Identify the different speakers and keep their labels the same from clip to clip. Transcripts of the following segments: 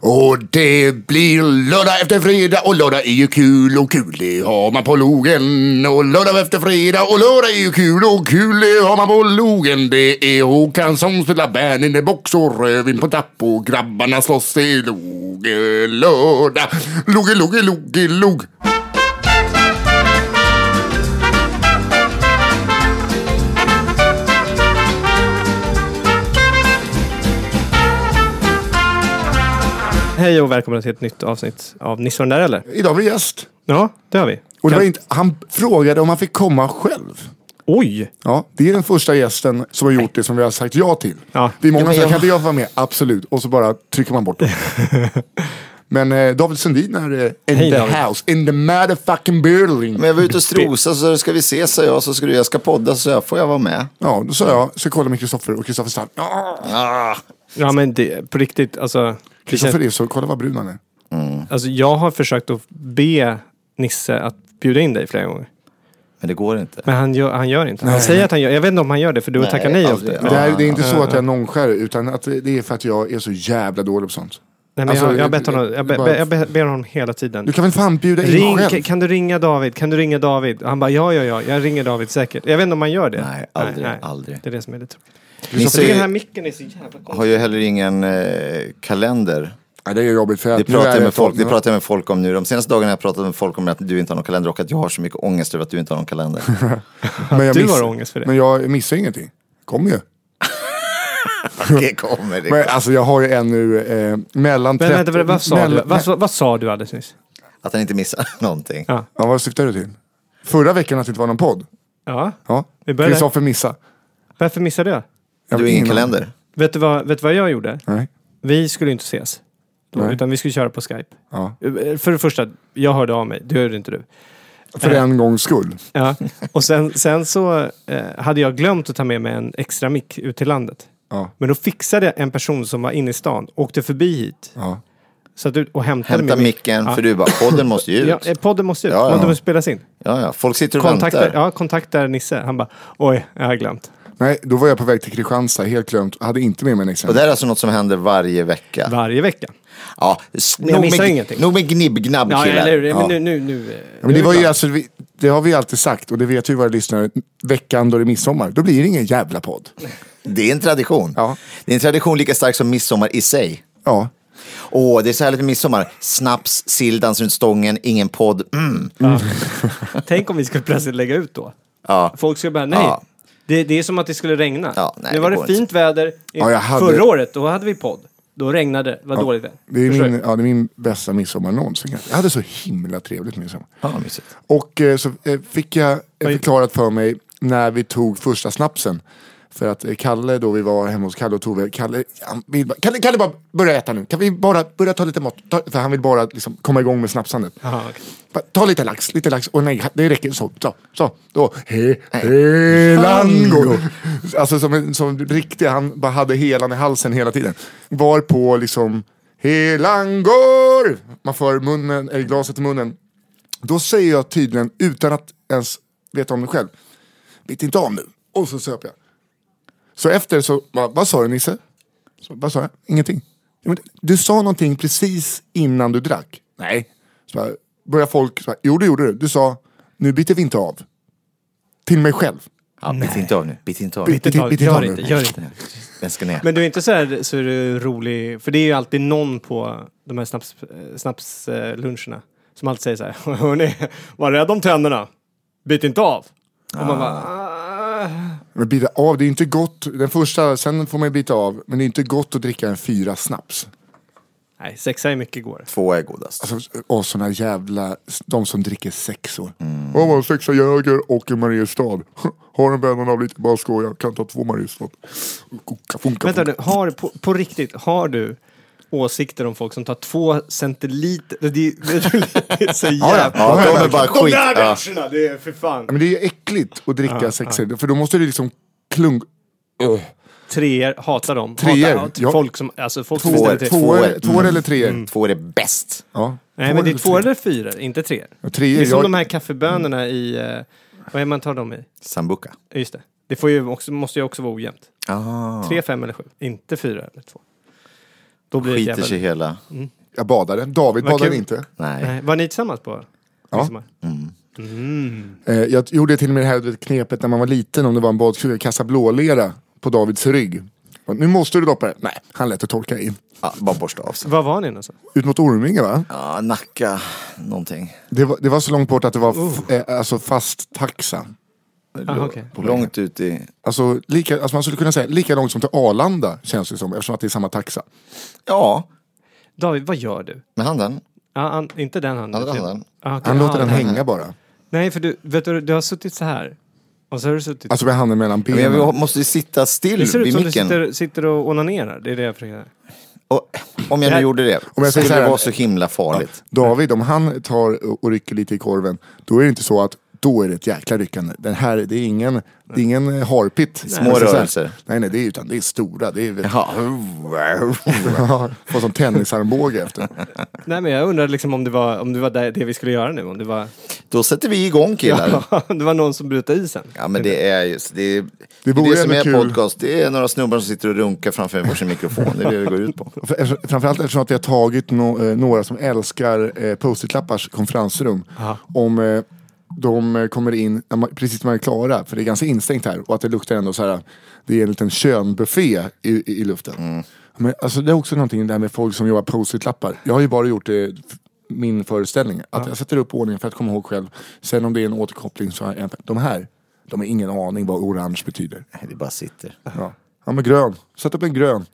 Speaker 1: Och det blir lördag efter fredag och lördag är ju kul och kul det har man på logen. Och lördag efter fredag och lördag är ju kul och kul det har man på logen. Det är Håkan som spelar band in the box och rödvin på tapp och grabbarna slåss i loge lördag. Loge, loge, loge, log.
Speaker 2: Hej och välkomna till ett nytt avsnitt av Nisse och den där eller?
Speaker 1: Idag blir gäst.
Speaker 2: Ja, det har vi.
Speaker 1: Och det var
Speaker 2: Kan-
Speaker 1: inte, han frågade om han fick komma själv.
Speaker 2: Oj!
Speaker 1: Ja, det är den första gästen som har gjort det som vi har sagt ja till.
Speaker 2: Ja.
Speaker 1: Det är många som
Speaker 2: Ja, men
Speaker 1: säger,
Speaker 2: jag-
Speaker 1: kan inte jag få vara med? Absolut. Och så bara trycker man bort dem. Men eh, David Sundin är eh, in
Speaker 2: Hej,
Speaker 1: the
Speaker 2: David.
Speaker 1: house, in the motherfucking building.
Speaker 3: Men jag var ute och strosa så ska vi ses sa jag, så ska du, jag ska podda så jag får jag vara med.
Speaker 1: Ja, då sa jag, så kolla med Kristoffer och Kristoffer Strand.
Speaker 3: Ah,
Speaker 2: Ja men det, på riktigt alltså. Det
Speaker 1: Kristoffer
Speaker 2: känns,
Speaker 1: är så, kolla vad brun han är.
Speaker 2: alltså. Jag har försökt att be Nisse att bjuda in dig flera gånger.
Speaker 3: men det går inte.
Speaker 2: Men han gör, han gör inte. Han säger att han gör Jag vet inte om han gör det för du har
Speaker 3: Nej,
Speaker 2: tackat nej ofta.
Speaker 3: aldrig.
Speaker 1: Det, här, det är inte så att jag nonchar utan att det det är för att jag är så jävla dålig på sånt.
Speaker 2: Nej, men
Speaker 1: Alltså,
Speaker 2: jag, jag, har bett
Speaker 1: det-
Speaker 2: honom, jag, be,
Speaker 1: bara-
Speaker 2: be, jag be, ber honom hela
Speaker 1: Du
Speaker 2: tiden.
Speaker 1: kan väl fan bjuda in
Speaker 2: Ring,
Speaker 1: själv?
Speaker 2: kan, kan du ringa David? Kan du ringa David? Och han bara ja, ja, ja. Jag ringer David säkert. Jag vet inte om han gör det.
Speaker 3: Nej, aldrig, aldrig.
Speaker 2: Det är det som är lite tråkigt.
Speaker 3: Nisse
Speaker 2: Så den här
Speaker 3: är-
Speaker 2: micken är så jävla konstig.
Speaker 3: har ju heller ingen eh, kalender.
Speaker 1: Ja, det är jobbigt för att
Speaker 3: Det
Speaker 1: nu är
Speaker 3: pratar, jag med folk,
Speaker 1: nu-
Speaker 3: det pratar jag med folk om nu. De senaste dagarna har jag pratat med folk om att du inte har någon kalender och att jag har så mycket ångest över att du inte har någon kalender.
Speaker 1: men jag
Speaker 2: Du
Speaker 1: miss-
Speaker 2: har ångest för det.
Speaker 1: Men jag missar ingenting. Kommer ju.
Speaker 3: det kommer det.
Speaker 1: Men alltså jag har ju en nu eh, mellan
Speaker 2: Men
Speaker 1: 30
Speaker 2: vänta, vad, vad, sa
Speaker 1: mellan-
Speaker 2: du? Vad, vad, vad sa du alldeles nyss?
Speaker 3: Att han inte missar någonting.
Speaker 2: Ja.
Speaker 1: Ja, vad syftar du till? Förra veckan att det inte var någon podd.
Speaker 2: Ja.
Speaker 1: Ja,
Speaker 2: Vi börjar där.
Speaker 1: Kristoffer missa.
Speaker 2: Varför missade jag?
Speaker 1: Jag
Speaker 3: Du har
Speaker 1: vet
Speaker 3: ingen
Speaker 1: inte.
Speaker 3: kalender.
Speaker 2: Vet du vad, vet du vad jag gjorde?
Speaker 1: Nej.
Speaker 2: Vi skulle ju inte ses. Då,
Speaker 1: Nej.
Speaker 2: utan vi skulle köra på Skype. Eh,
Speaker 1: Ja.
Speaker 2: För det första, jag hörde av mig. Det gjorde inte du.
Speaker 1: För en gångs skull.
Speaker 2: Ja. Och sen, sen så eh, hade jag glömt att ta med mig en extra mick ut till landet.
Speaker 1: Ja.
Speaker 2: Men då fixade jag en person som var inne i stan, åkte förbi hit
Speaker 1: Ja.
Speaker 2: så att, du- och hämtade
Speaker 3: Hämta
Speaker 2: min mick.
Speaker 3: micken,
Speaker 2: Ja.
Speaker 3: för du bara, podden måste ju
Speaker 2: Ja,
Speaker 3: ut.
Speaker 2: eh, podden måste ut,
Speaker 3: Ja, ja.
Speaker 2: podden måste spelas in.
Speaker 3: Ja, ja. Folk sitter och
Speaker 2: Kontaktar,
Speaker 3: väntar.
Speaker 2: ja, kontaktar Nisse, han bara oj, jag har glömt.
Speaker 1: Nej, då var jag på väg till Kristianstad, helt glömt. Hade inte med mig en extra.
Speaker 3: Och det här är alltså något som händer varje vecka.
Speaker 2: Varje vecka.
Speaker 3: Ja, s-
Speaker 2: Jag
Speaker 3: nog
Speaker 2: missar
Speaker 3: med,
Speaker 2: ingenting.
Speaker 3: Nog med gnibb-gnabb
Speaker 2: Ja,
Speaker 3: killar.
Speaker 2: eller hur?
Speaker 1: Ja.
Speaker 2: Men nu, nu, nu, eh,
Speaker 1: Men
Speaker 2: nu
Speaker 1: det,
Speaker 2: är
Speaker 1: var ju
Speaker 2: glad.
Speaker 1: alltså, vi- det har vi alltid sagt och det vet ju våra lyssnare. Veckan då det är midsommar, då blir det ingen jävla podd.
Speaker 3: Det är en tradition.
Speaker 1: Ja.
Speaker 3: Det är en tradition lika stark som midsommar i sig.
Speaker 1: Ja,
Speaker 3: Åh, det är så härligt med midsommar. Snaps, sill, dans runt stången, ingen podd. Mm.
Speaker 2: Tänk om vi skulle plötsligt lägga ut då.
Speaker 3: Ja.
Speaker 2: Folk skulle bara, nej.
Speaker 3: Ja.
Speaker 2: Det, det är som att det skulle regna.
Speaker 3: Ja, nej,
Speaker 2: nu var
Speaker 3: det
Speaker 2: det,
Speaker 3: går
Speaker 2: fint
Speaker 3: inte.
Speaker 2: väder. I,
Speaker 1: Ja, jag hade-
Speaker 2: Förra året, då hade vi podd. Då regnade det. Det var dåligt väder.
Speaker 1: det är,
Speaker 2: Förstår
Speaker 1: min,
Speaker 2: du?
Speaker 1: ja, det är min bästa midsommar någonsin. kanske. Jag hade så himla trevligt midsommar.
Speaker 3: Ja, mysigt.
Speaker 1: Och eh, så eh, fick jag eh, förklarat för mig när vi tog första snapsen. För att eh, Kalle, då vi var hemma hos Kalle och Tove, Kalle, han vill bara, Kalle, Kalle bara börja äta nu. Kan vi bara börja ta lite mat? Ta, för han vill bara liksom, komma igång med snapsandet.
Speaker 2: Aha, okej.
Speaker 1: Bara, Ta lite lax, lite lax. Och nej, det räcker. Så, så, så. Då. He, helango. Alltså som en som en riktig, han bara hade helan i halsen hela tiden. Var på liksom, helangor! Man för munnen, eller glaset till munnen. Då säger jag tydligen, utan att ens veta om det själv, bit inte av nu. Och så söp jag. Så efter så, bara, vad sa du Nisse? Så, vad sa jag? Ingenting. Ja, men Du sa någonting precis innan du drack. Nej. Så bara, börjar folk, så bara, jo det gjorde du. Du sa, nu byter vi inte av. Till mig själv.
Speaker 3: Ja, bit inte av nu. Bit inte av.
Speaker 1: Bit-
Speaker 2: Inte ta-
Speaker 1: bit-
Speaker 2: Gör
Speaker 1: bit-
Speaker 2: inte, gör inte.
Speaker 3: Nej, Den ska ner.
Speaker 2: Men du är inte så här så är du rolig, för det är ju alltid någon på de här snaps, eh, snapsluncherna som alltid säger så här, hörni, var rädd om tänderna, bit inte av. Och man bara, "Ah."
Speaker 1: Men bita av, det är inte gott. Den första, sen får man ju bita av. Men det är inte gott att dricka en fyra snaps.
Speaker 2: nej, sexa är mycket går.
Speaker 3: Två är godast.
Speaker 1: Alltså, och såna jävla, de som dricker sexor. Mm. Jag har sexa Jäger och en Mariestad. Har en vännen av lite, bara skoja. Kan ta två Mariestad. Funka, funka,
Speaker 2: Vänta
Speaker 1: funka.
Speaker 2: nu, har, på, på riktigt, har du åsikter om folk som tar två centiliter? Det är, det är så
Speaker 3: Ja,
Speaker 2: jävla...
Speaker 3: ja, de är bara
Speaker 2: De
Speaker 3: skit.
Speaker 2: där
Speaker 3: Ja.
Speaker 2: människorna, det är för fan.
Speaker 1: Men det är ju äckligt att dricka sexor. För då måste du liksom klunk...
Speaker 2: Treor, hatar dem.
Speaker 1: Treor,
Speaker 2: hatar,
Speaker 1: ja.
Speaker 2: folk som, alltså folk som
Speaker 3: Tvåor,
Speaker 2: bestämmer sig.
Speaker 1: Tvåor
Speaker 3: Tvåor.
Speaker 1: tvåor eller treor.
Speaker 3: Mm. Två är bäst.
Speaker 1: Ja.
Speaker 2: Nej, men det är två eller fyra, inte tre. Det
Speaker 1: Treor,
Speaker 2: är som
Speaker 1: jag,
Speaker 2: de här kaffebönorna i... eh, Vad är det man tar dem i?
Speaker 3: Sambuca.
Speaker 2: Ja, Just det. Det får ju också, måste ju också vara ojämnt.
Speaker 3: Ah,
Speaker 2: Tre, fem eller sju. Inte fyra eller två. Då blir det
Speaker 3: skiter sig
Speaker 2: jävla...
Speaker 3: hela.
Speaker 1: jag badade. David
Speaker 2: Vad
Speaker 1: badade
Speaker 2: kul.
Speaker 1: inte.
Speaker 3: Nej.
Speaker 2: Nej, var ni tillsammans på midsommar?
Speaker 1: Eh, jag gjorde till och med det här knepet när man var liten om det var en badkruka, kasta blålera på Davids rygg. Och Nu måste du doppa det. Nej, han lät det torka in.
Speaker 3: Ja, bara borsta av sig.
Speaker 2: Var var ni någonstans?
Speaker 1: Ut mot Orminge va?
Speaker 3: Ja, Nacka någonting.
Speaker 1: Det var, det var så långt bort att det var
Speaker 2: Oh.
Speaker 1: f- eh, alltså fast taxa.
Speaker 2: Ah, okej.
Speaker 3: Långt ut i...
Speaker 1: Alltså, lika, alltså man skulle kunna säga lika långt som till Arlanda känns det som eftersom att det är samma taxa.
Speaker 3: Ja,
Speaker 2: David, vad gör du?
Speaker 3: med handen.
Speaker 2: Ja, an, inte den handen.
Speaker 3: Andra handen.
Speaker 2: Ah, okej.
Speaker 1: Han
Speaker 2: Ja,
Speaker 1: låter den hänga bara.
Speaker 2: Nej, för du, vet du, du har suttit så här. Och så har du suttit...
Speaker 1: Alltså med handen mellan
Speaker 3: Men
Speaker 1: benen.
Speaker 3: jag måste ju sitta still
Speaker 2: det ser ut
Speaker 3: vid
Speaker 2: som du
Speaker 3: micken.
Speaker 2: sitter, sitter och onanerar. Det är det jag försöker säga.
Speaker 3: Och, om jag
Speaker 2: Det här-
Speaker 3: nu gjorde det,
Speaker 1: Om jag säger så
Speaker 3: skulle
Speaker 1: här-
Speaker 3: det vara så himla farligt.
Speaker 1: David, om han tar och rycker lite i korven, då är det inte så att då är det ett jäkla ryckande. Den här, det är ingen, det är ingen eh, harpit.
Speaker 3: Små
Speaker 1: Alltså så här-
Speaker 3: rörelser.
Speaker 1: Nej, nej, det är, utan det är stora. Det är
Speaker 3: Ja.
Speaker 1: Får som tennisarmbåge efter.
Speaker 2: Nej, men jag undrar liksom om det var, om det, var där, det vi skulle göra nu. Om det var,
Speaker 3: Då sätter vi igång killar.
Speaker 2: om det var någon som bröt isen.
Speaker 3: Ja men det är ju, det är det,
Speaker 1: vore
Speaker 3: är det som
Speaker 1: ändå
Speaker 3: är
Speaker 1: kul.
Speaker 3: podcast. Det är några snubbar som sitter och runkar framför varsin mikrofon. Det är det det går ut på.
Speaker 1: För- eftersom- Framförallt eftersom att vi har tagit no, eh, några som älskar eh, post-it-lappars konferensrum. Om eh, de eh, kommer in när man, precis när man är klara, för det är ganska instängt här. Och att det luktar ändå så här, det är en liten könbuffé i, i, i luften.
Speaker 3: Mm.
Speaker 1: Men, alltså, det är också någonting där med folk som jobbar post-it-lappar. Jag har ju bara gjort det f- min föreställning. Att jag sätter upp ordningen för att komma ihåg själv. Sen om det är en återkoppling så har jag, de här, de har ingen aning vad orange betyder.
Speaker 3: Nej, Det bara sitter.
Speaker 1: Ja. ja, men grön. Sätt upp en grön.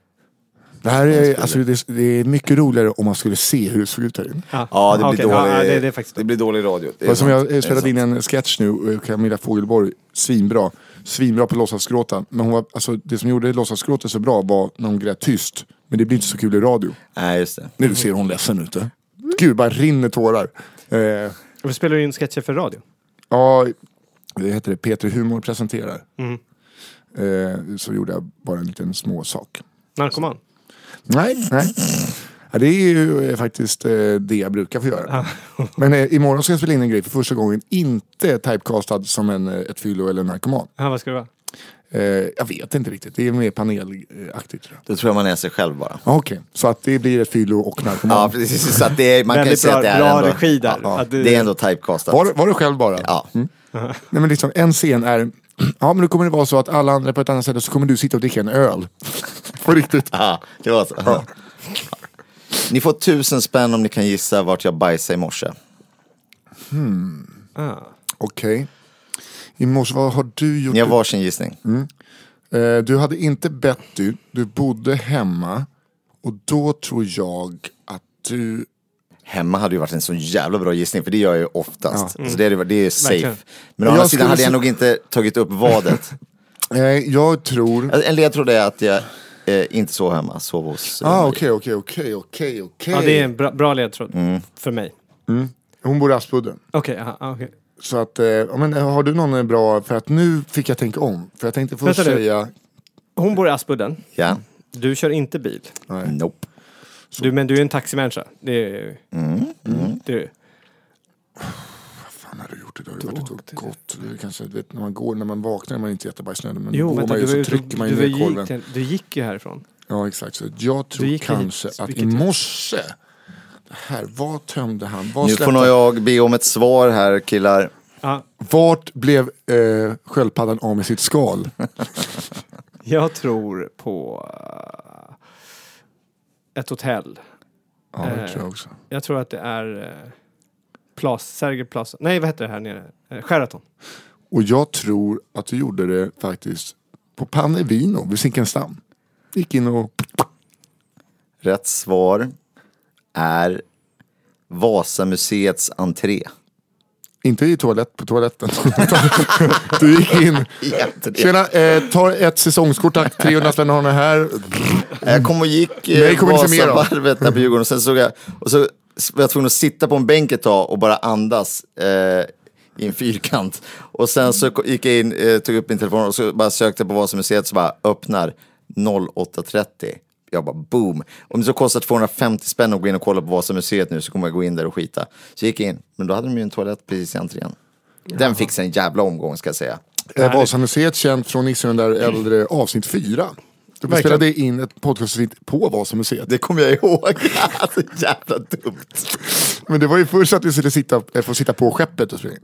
Speaker 1: Det här är, alltså, det, det är mycket roligare om man skulle se hur det såg ut här inne.
Speaker 3: Ja, det blir
Speaker 2: okej.
Speaker 3: dålig,
Speaker 2: Ja, det, det är faktiskt...
Speaker 3: det blir dålig radio. Det är
Speaker 1: Som
Speaker 3: sant.
Speaker 1: jag
Speaker 3: Det
Speaker 1: eh,
Speaker 3: är
Speaker 1: spelade
Speaker 3: sant.
Speaker 1: in en sketch nu, eh, Camilla Fogelborg, svinbra. Svinbra på låtsasgråta. Men hon var, alltså, det som gjorde låtsasgråta så bra var när hon grät tyst. Men det blir inte så kul i radio.
Speaker 3: Nej, just det.
Speaker 1: Nu ser hon ledsen ut. eh. Gud, bara rinner tårar. Eh,
Speaker 2: Vi spelar in sketcher för radio.
Speaker 1: ja, det heter det, Peter Humor presenterar. Eh, så gjorde jag bara en liten småsak.
Speaker 2: Narkoman.
Speaker 1: Nej, nej. Ja, det är ju eh, faktiskt eh, det jag brukar få göra. Men eh, imorgon ska jag spela in en grej för första gången. Inte typecastad som en, eh, ett fyllo eller en narkoman.
Speaker 2: Ja, vad ska det vara?
Speaker 1: Eh, jag vet inte riktigt. Det är mer panelaktigt tror jag.
Speaker 3: Då tror jag man är sig själv bara.
Speaker 1: Ja, Okej, så att det blir ett fyllo och narkoman.
Speaker 3: Ja, precis. Så att det är, man kan ju
Speaker 2: Väldigt
Speaker 3: säga
Speaker 2: bra-
Speaker 3: att det är
Speaker 2: bra
Speaker 3: ändå...
Speaker 2: regi där.
Speaker 3: Ja,
Speaker 2: Att du-
Speaker 3: Det är ändå typecastat.
Speaker 1: var, var du själv bara?
Speaker 3: Ja.
Speaker 1: Nej, men liksom, en scen är... Ja, men då kommer det vara så att alla andra på ett annat ställe så kommer du sitta och dricka en öl. på riktigt.
Speaker 3: Ja, det var så. Ni får tusen spänn om ni kan gissa vart jag bajsade i morse.
Speaker 1: Okej. I morse, vad har du gjort?
Speaker 3: Ni har varsin gissning.
Speaker 1: Eh, Du hade inte Betty, du bodde hemma och då tror jag att du...
Speaker 3: Hemma hade ju varit en sån jävla bra gissning, för det gör jag ju oftast. Så det, hade, varit- det är ju safe.
Speaker 2: Verkligen.
Speaker 3: Men å andra
Speaker 1: Jag
Speaker 3: sidan
Speaker 1: skulle
Speaker 3: hade jag
Speaker 1: se-
Speaker 3: nog inte tagit upp vadet.
Speaker 1: Nej, jag tror...
Speaker 3: Alltså, En ledtråd är att jag eh, inte sov hemma, sov hos... eh,
Speaker 1: Ah,
Speaker 3: Maria.
Speaker 1: okej, okej, okej, okej,
Speaker 2: Ja, det är
Speaker 1: okej.
Speaker 2: en bra, bra ledtråd.
Speaker 3: Mm.
Speaker 2: För mig.
Speaker 1: Hon bor i Aspudden.
Speaker 2: Okej, okay, okay.
Speaker 1: Så att, eh, ja, men har du någon eh, bra, för att nu fick jag tänka om. För jag tänkte först
Speaker 2: Vänta nu.
Speaker 1: säga,
Speaker 2: Hon bor i Aspudden.
Speaker 3: Ja.
Speaker 2: Du kör inte bil.
Speaker 3: Nope.
Speaker 2: Du, men du är en taximänniska. Det är
Speaker 3: Mm,
Speaker 2: Mm, du.
Speaker 1: fan har du gjort idag? Det har varit så gott. Det är kanske, du vet, när man går, när man vaknar är man inte jättebajsnödig. Men
Speaker 2: Jo,
Speaker 1: går
Speaker 2: vänta,
Speaker 1: man ju
Speaker 2: du,
Speaker 1: så
Speaker 2: var ju-
Speaker 1: trycker man ju
Speaker 2: du,
Speaker 1: ner korven.
Speaker 2: gick, till- du gick ju härifrån.
Speaker 1: Ja, exakt. Så jag tror
Speaker 2: gick ju hit,
Speaker 1: kanske att i
Speaker 2: vilket-
Speaker 1: morse, det här, vad tömde han? Vad
Speaker 3: Nu får
Speaker 1: släppte
Speaker 3: nog
Speaker 1: han?
Speaker 3: jag be om ett svar här killar.
Speaker 2: Ja,
Speaker 1: Vart blev eh, sköldpaddan av med sitt skal?
Speaker 2: jag tror på eh, ett hotell.
Speaker 1: Ja, det tror jag också.
Speaker 2: Jag tror att det är eh, Plaza, Sergel Plaza. Nej, vad heter det här nere? Eh, Sheraton.
Speaker 1: Och jag tror att du gjorde det faktiskt på Panne Vino vid Zinkensdamm. Gick in och...
Speaker 3: Rätt svar är Vasamuseets entré.
Speaker 1: Inte i toalett, på toaletten. du gick in. Tjena, eh, tar ett säsongskort tack. 300 spänn har ni här.
Speaker 3: Jag kom och gick
Speaker 1: Nej,
Speaker 3: eh,
Speaker 1: kommer inte se mer Mm. av.
Speaker 3: Vasavarvet där på Djurgården. Och sen såg jag, och så var jag tvungen att sitta på en bänk ett tag och bara andas eh, i en fyrkant. Och sen så ko- gick jag in, eh, tog upp min telefon och så bara sökte på Vasamuseet så bara öppnar 08.30. Jag bara boom. Om det så kostar 250 spänn att gå in och kolla på Vasamuseet nu så kommer jag gå in där och skita. Så jag gick in, men då hade de ju en toalett precis i entrén. Den fick sig en jävla omgång ska jag säga.
Speaker 1: Eh, Vasamuseet känt från Nixon där äldre avsnitt 4. Vi spelade in ett podcastavsnitt på Vasamuseet.
Speaker 3: Det kommer jag ihåg. alltså, jävla dumt.
Speaker 1: Men det var ju först att vi skulle sitta, eh, få sitta på skeppet och spela in.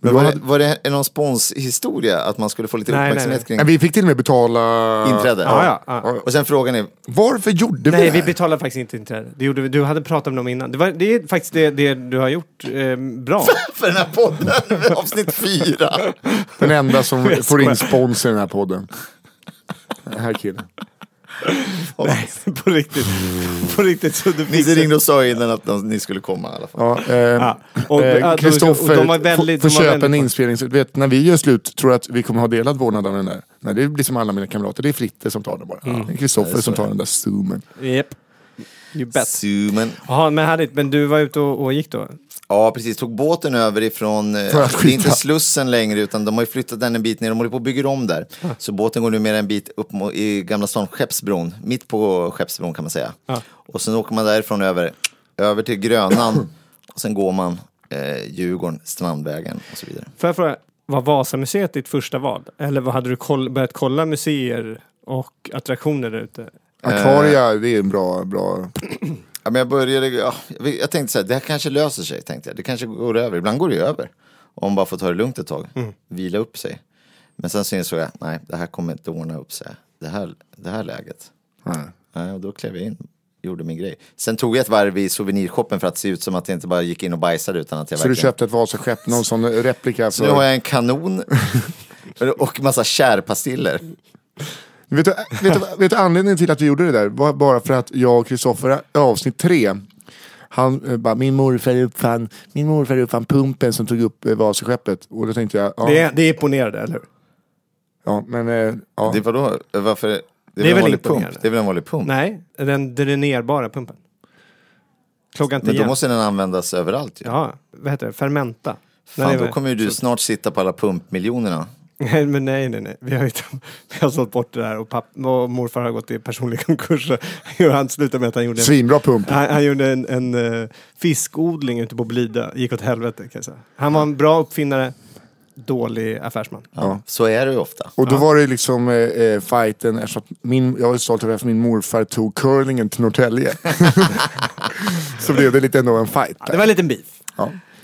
Speaker 1: Men
Speaker 3: Var
Speaker 1: då
Speaker 3: det,
Speaker 1: hade,
Speaker 3: var det någon sponshistoria att man skulle få lite
Speaker 2: Nej, nej,
Speaker 3: uppmärksamhet
Speaker 2: nej.
Speaker 3: kring
Speaker 1: Nej, vi fick till och med betala...
Speaker 3: inträde?
Speaker 2: Ja, ja, ja.
Speaker 3: Och sen frågan är,
Speaker 1: Varför gjorde vi
Speaker 2: Nej,
Speaker 1: det
Speaker 2: vi
Speaker 1: här?
Speaker 2: betalade faktiskt inte inträde. Det gjorde vi. Du hade pratat om dem innan. Det, var, det är faktiskt det, det du har gjort eh, bra.
Speaker 3: för den här podden, avsnitt fyra.
Speaker 1: Den enda som
Speaker 2: Jag
Speaker 1: får in
Speaker 2: skojar.
Speaker 1: spons i den här podden. Den här killen.
Speaker 2: Nej, på riktigt. På riktigt. Så du
Speaker 3: Ni
Speaker 2: fick
Speaker 3: ringde och sa innan att de- ni skulle komma i alla fall.
Speaker 1: Ja,
Speaker 2: Ja,
Speaker 1: eh,
Speaker 2: och- ja,
Speaker 1: eh,
Speaker 2: de-
Speaker 1: Kristoffer
Speaker 2: och de var väldigt-
Speaker 1: får
Speaker 2: de var
Speaker 1: köpa
Speaker 2: väldigt-
Speaker 1: en inspelning. Så, du vet, när vi gör slut, tror jag att vi kommer ha delad vårdnad av den där? Nej, det blir som alla mina kamrater. Det är Fritte som tar den bara.
Speaker 2: Mm.
Speaker 1: Det är Kristoffer som tar den där zoomen.
Speaker 2: Japp. You bet.
Speaker 3: Zoomen.
Speaker 2: Jaha, men härligt. Men du var ute och, och gick då?
Speaker 3: Ja, precis. Tog båten över ifrån, eh, det
Speaker 1: För att
Speaker 3: är
Speaker 1: skita.
Speaker 3: inte Slussen längre, utan de har ju flyttat den en bit ner. De håller på och bygger om där. Så båten går numera en bit upp mo- i Gamla stan, Skeppsbron. Mitt på Skeppsbron kan man säga. Och sen åker man därifrån över, över till Grönan. och sen går man eh, Djurgården, Strandvägen och så vidare.
Speaker 2: Får jag fråga, var Vasamuseet ditt första val? Eller vad, hade du koll, börjat kolla museer och attraktioner där ute?
Speaker 1: Aquaria, det är en bra... bra.
Speaker 3: Ja, men jag började, ja, jag vet- jag tänkte så här, det här kanske löser sig, tänkte jag. Det kanske går över, ibland går det ju över. Om man bara får ta det lugnt ett tag, vila upp sig. Men sen så insåg jag, nej, det här kommer inte ordna upp sig. Det här, det här läget. Nej, och då klev jag in, gjorde min grej. Sen tog jag ett varv i souvenirshoppen för att se ut som att jag inte bara gick in och bajsade utan att jag
Speaker 1: Så du
Speaker 3: verkligen...
Speaker 1: köpte ett Vasaskepp, någon sån replika.
Speaker 3: Så nu har
Speaker 1: För...
Speaker 3: jag en kanon och massa kärpastiller.
Speaker 1: Vet, du, vet, du, vet du anledningen till att vi gjorde det där? Var bara för att jag och Kristoffer, i avsnitt tre, han eh, bara, min morfar uppfann, min morfar uppfann pumpen som tog upp eh, Vasaskeppet. Och då tänkte jag, ja,
Speaker 2: Det, är- det är imponerande, eller hur?
Speaker 1: ja men... eh, Ja.
Speaker 3: Det, vadå, varför? Det är,
Speaker 2: väl
Speaker 3: en vanlig
Speaker 2: inte
Speaker 3: pump?
Speaker 2: mer.
Speaker 3: Det är väl en vanlig pump?
Speaker 2: Nej, den dränerbara pumpen. Klockan
Speaker 3: Men då
Speaker 2: tio.
Speaker 3: måste den användas överallt ju.
Speaker 2: Ja, vad heter det? Fermenta.
Speaker 3: Fan,
Speaker 2: Nej,
Speaker 3: då
Speaker 2: men-
Speaker 3: kommer ju du snart sitta på alla pumpmiljonerna.
Speaker 2: Nej, men nej, nej, nej. Vi har, ju, vi har sålt bort det där och, papp, och morfar har gått i personlig konkurs. Och Han slutade med att han gjorde en,
Speaker 1: Svinbra pump.
Speaker 2: han, han gjorde en, en eh, fiskodling ute på Blida. Gick åt helvete kan jag säga. Han var en bra uppfinnare, dålig affärsman.
Speaker 3: Så är det ju ofta.
Speaker 1: Och då var det liksom eh, eh, fighten, eftersom att min, jag var stolt över att min morfar tog curlingen till Norrtälje. så blev det lite ändå en fight.
Speaker 2: Det var en liten beef.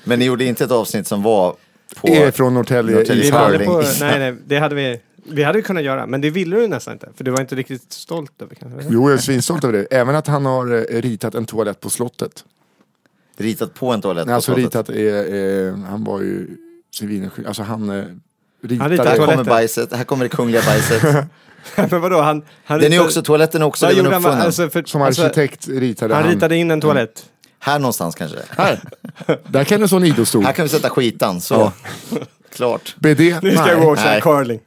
Speaker 3: Men ni gjorde inte ett avsnitt som var på...
Speaker 1: Är från Norrtälje,
Speaker 3: Norrtälje.
Speaker 2: Vi
Speaker 1: i
Speaker 2: var aldrig
Speaker 3: Curling.
Speaker 2: på, nej, nej, det hade vi, vi hade ju kunnat göra, men det ville du nästan inte. För du var inte riktigt stolt över kanske.
Speaker 1: Jo, jag är svinstolt över det. Även att han har eh, ritat en toalett på slottet.
Speaker 3: Ritat på en toalett.
Speaker 1: Nej, alltså
Speaker 3: på slottet.
Speaker 1: ritat, är, eh, han var ju civilingenjör, alltså han eh, ritade.
Speaker 2: ritade
Speaker 3: Här
Speaker 2: toaletten.
Speaker 3: kommer bajset, här kommer det kungliga bajset.
Speaker 2: men vadå, han... han
Speaker 3: Den är
Speaker 2: ritade-
Speaker 3: också, toaletten är också
Speaker 2: Vad
Speaker 3: redan
Speaker 2: gjorde han?
Speaker 3: uppfunnen.
Speaker 2: Alltså, för,
Speaker 1: Som
Speaker 2: alltså,
Speaker 1: arkitekt ritade han.
Speaker 2: Han ritade in en toalett.
Speaker 3: Här någonstans kanske.
Speaker 1: Här, där kan en sån idrottsstol.
Speaker 3: Här kan vi sätta skitan, så. Klart.
Speaker 1: BD,
Speaker 2: Nu ska jag gå och köra
Speaker 3: nej.
Speaker 2: curling.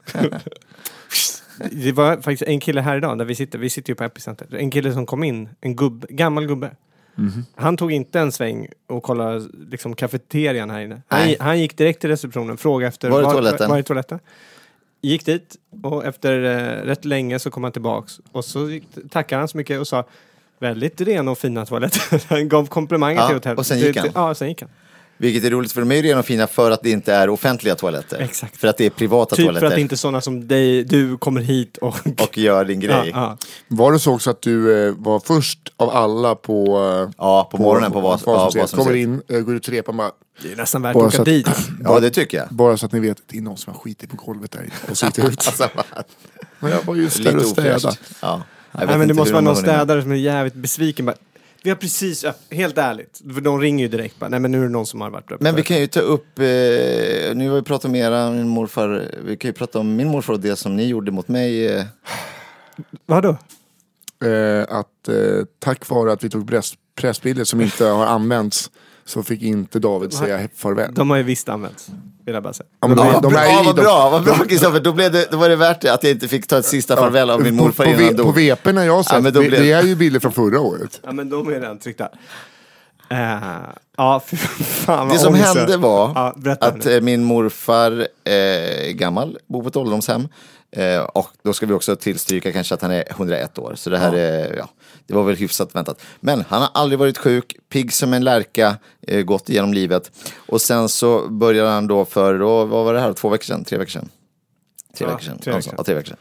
Speaker 2: Det var faktiskt en kille här idag, där vi sitter, vi sitter ju på Epicenter. En kille som kom in, en gubb, gammal gubbe.
Speaker 3: Mhm.
Speaker 2: Han tog inte en sväng och kollade liksom, kafeterian här inne. Han,
Speaker 3: Nej.
Speaker 2: gi- han gick direkt till receptionen, frågade efter
Speaker 3: Var är toaletten?
Speaker 2: var är toaletten? Gick dit och efter eh, rätt länge så kom han tillbaks och så gick, tackade han så mycket och sa Väldigt rena och fina toaletter. Han gav komplimanger
Speaker 3: Ja,
Speaker 2: till hotellet.
Speaker 3: och sen gick
Speaker 2: Till- till-
Speaker 3: han.
Speaker 2: Ja, sen gick han.
Speaker 3: Vilket är roligt för de är ju redan fina för att det inte är offentliga toaletter.
Speaker 2: Exakt.
Speaker 3: För att det är privata
Speaker 2: Typ för
Speaker 3: toaletter.
Speaker 2: att inte sådana som dig, du kommer hit och...
Speaker 3: Och gör din
Speaker 2: ja,
Speaker 3: grej. Ja,
Speaker 2: ja.
Speaker 1: Var det så också att du eh, var först av alla på... Eh,
Speaker 3: på morgonen på vad, ja,
Speaker 1: som
Speaker 3: vad
Speaker 1: ser. Kommer
Speaker 3: som
Speaker 1: in, eh, går ut och repar. Bara,
Speaker 2: Det är nästan värt
Speaker 1: Bara
Speaker 2: att
Speaker 1: så
Speaker 2: åka
Speaker 1: att-
Speaker 2: dit.
Speaker 3: Ja, det tycker jag.
Speaker 1: bara så att ni vet, det är någon som har skitit på golvet där inne och så gick det ut.
Speaker 3: Alltså,
Speaker 1: Men jag var just där
Speaker 3: lite
Speaker 1: och
Speaker 3: ofräscht.
Speaker 1: städade.
Speaker 3: Ja. Jag vet
Speaker 2: Nej, men
Speaker 3: inte
Speaker 2: det måste
Speaker 3: hur
Speaker 2: vara
Speaker 3: de
Speaker 2: någon
Speaker 3: har hunnit med.
Speaker 2: städare som är jävligt besviken. Bara, vi har precis öpp- helt ärligt. För de ringer ju direkt bara, nej men nu är det någon som har varit uppe.
Speaker 3: Men vi kan ju ta upp, eh, nu har vi pratat om era, min morfar, vi kan ju prata om min morfar och det som ni gjorde mot mig. Eh,
Speaker 2: Vadå?
Speaker 1: Eh, att eh, tack vare att vi tog press, pressbilder som inte har använts så fick inte David säga farväl.
Speaker 2: De har ju visst använts, vill jag bara säga.
Speaker 1: Ja, men
Speaker 3: Ja,
Speaker 1: de- de
Speaker 3: bra,
Speaker 1: är i-
Speaker 3: vad
Speaker 1: de-
Speaker 3: bra, vad bra Kristoffer. Då, blev det, då var det värt det att jag inte fick ta ett sista farväl av min morfar
Speaker 1: på,
Speaker 3: innan han
Speaker 1: på, på
Speaker 3: dog.
Speaker 1: VP när jag har sett,
Speaker 3: men då
Speaker 1: det,
Speaker 3: blev-
Speaker 1: det är ju bilder från förra året.
Speaker 2: Ja men de är redan tryckta. Eh, ja, fy fan vad
Speaker 3: Det som
Speaker 2: ångest.
Speaker 3: hände var
Speaker 2: Ja, berätta
Speaker 3: att
Speaker 2: nu.
Speaker 3: eh, min morfar eh, är gammal, bor på ett ålderdomshem. Eh, och då ska vi också tillstyrka kanske att han är 101 år. Så det här är, ja, det var väl hyfsat väntat. Men han har aldrig varit sjuk, pigg som en lärka, eh, gått igenom livet. Och sen så började han då för, då, vad var det här, två veckor sedan, tre veckor sedan? Tre
Speaker 2: Ja,
Speaker 3: veckor sedan.
Speaker 2: tre
Speaker 3: Ja,
Speaker 2: veckor
Speaker 3: så- ja, tre veckor sedan.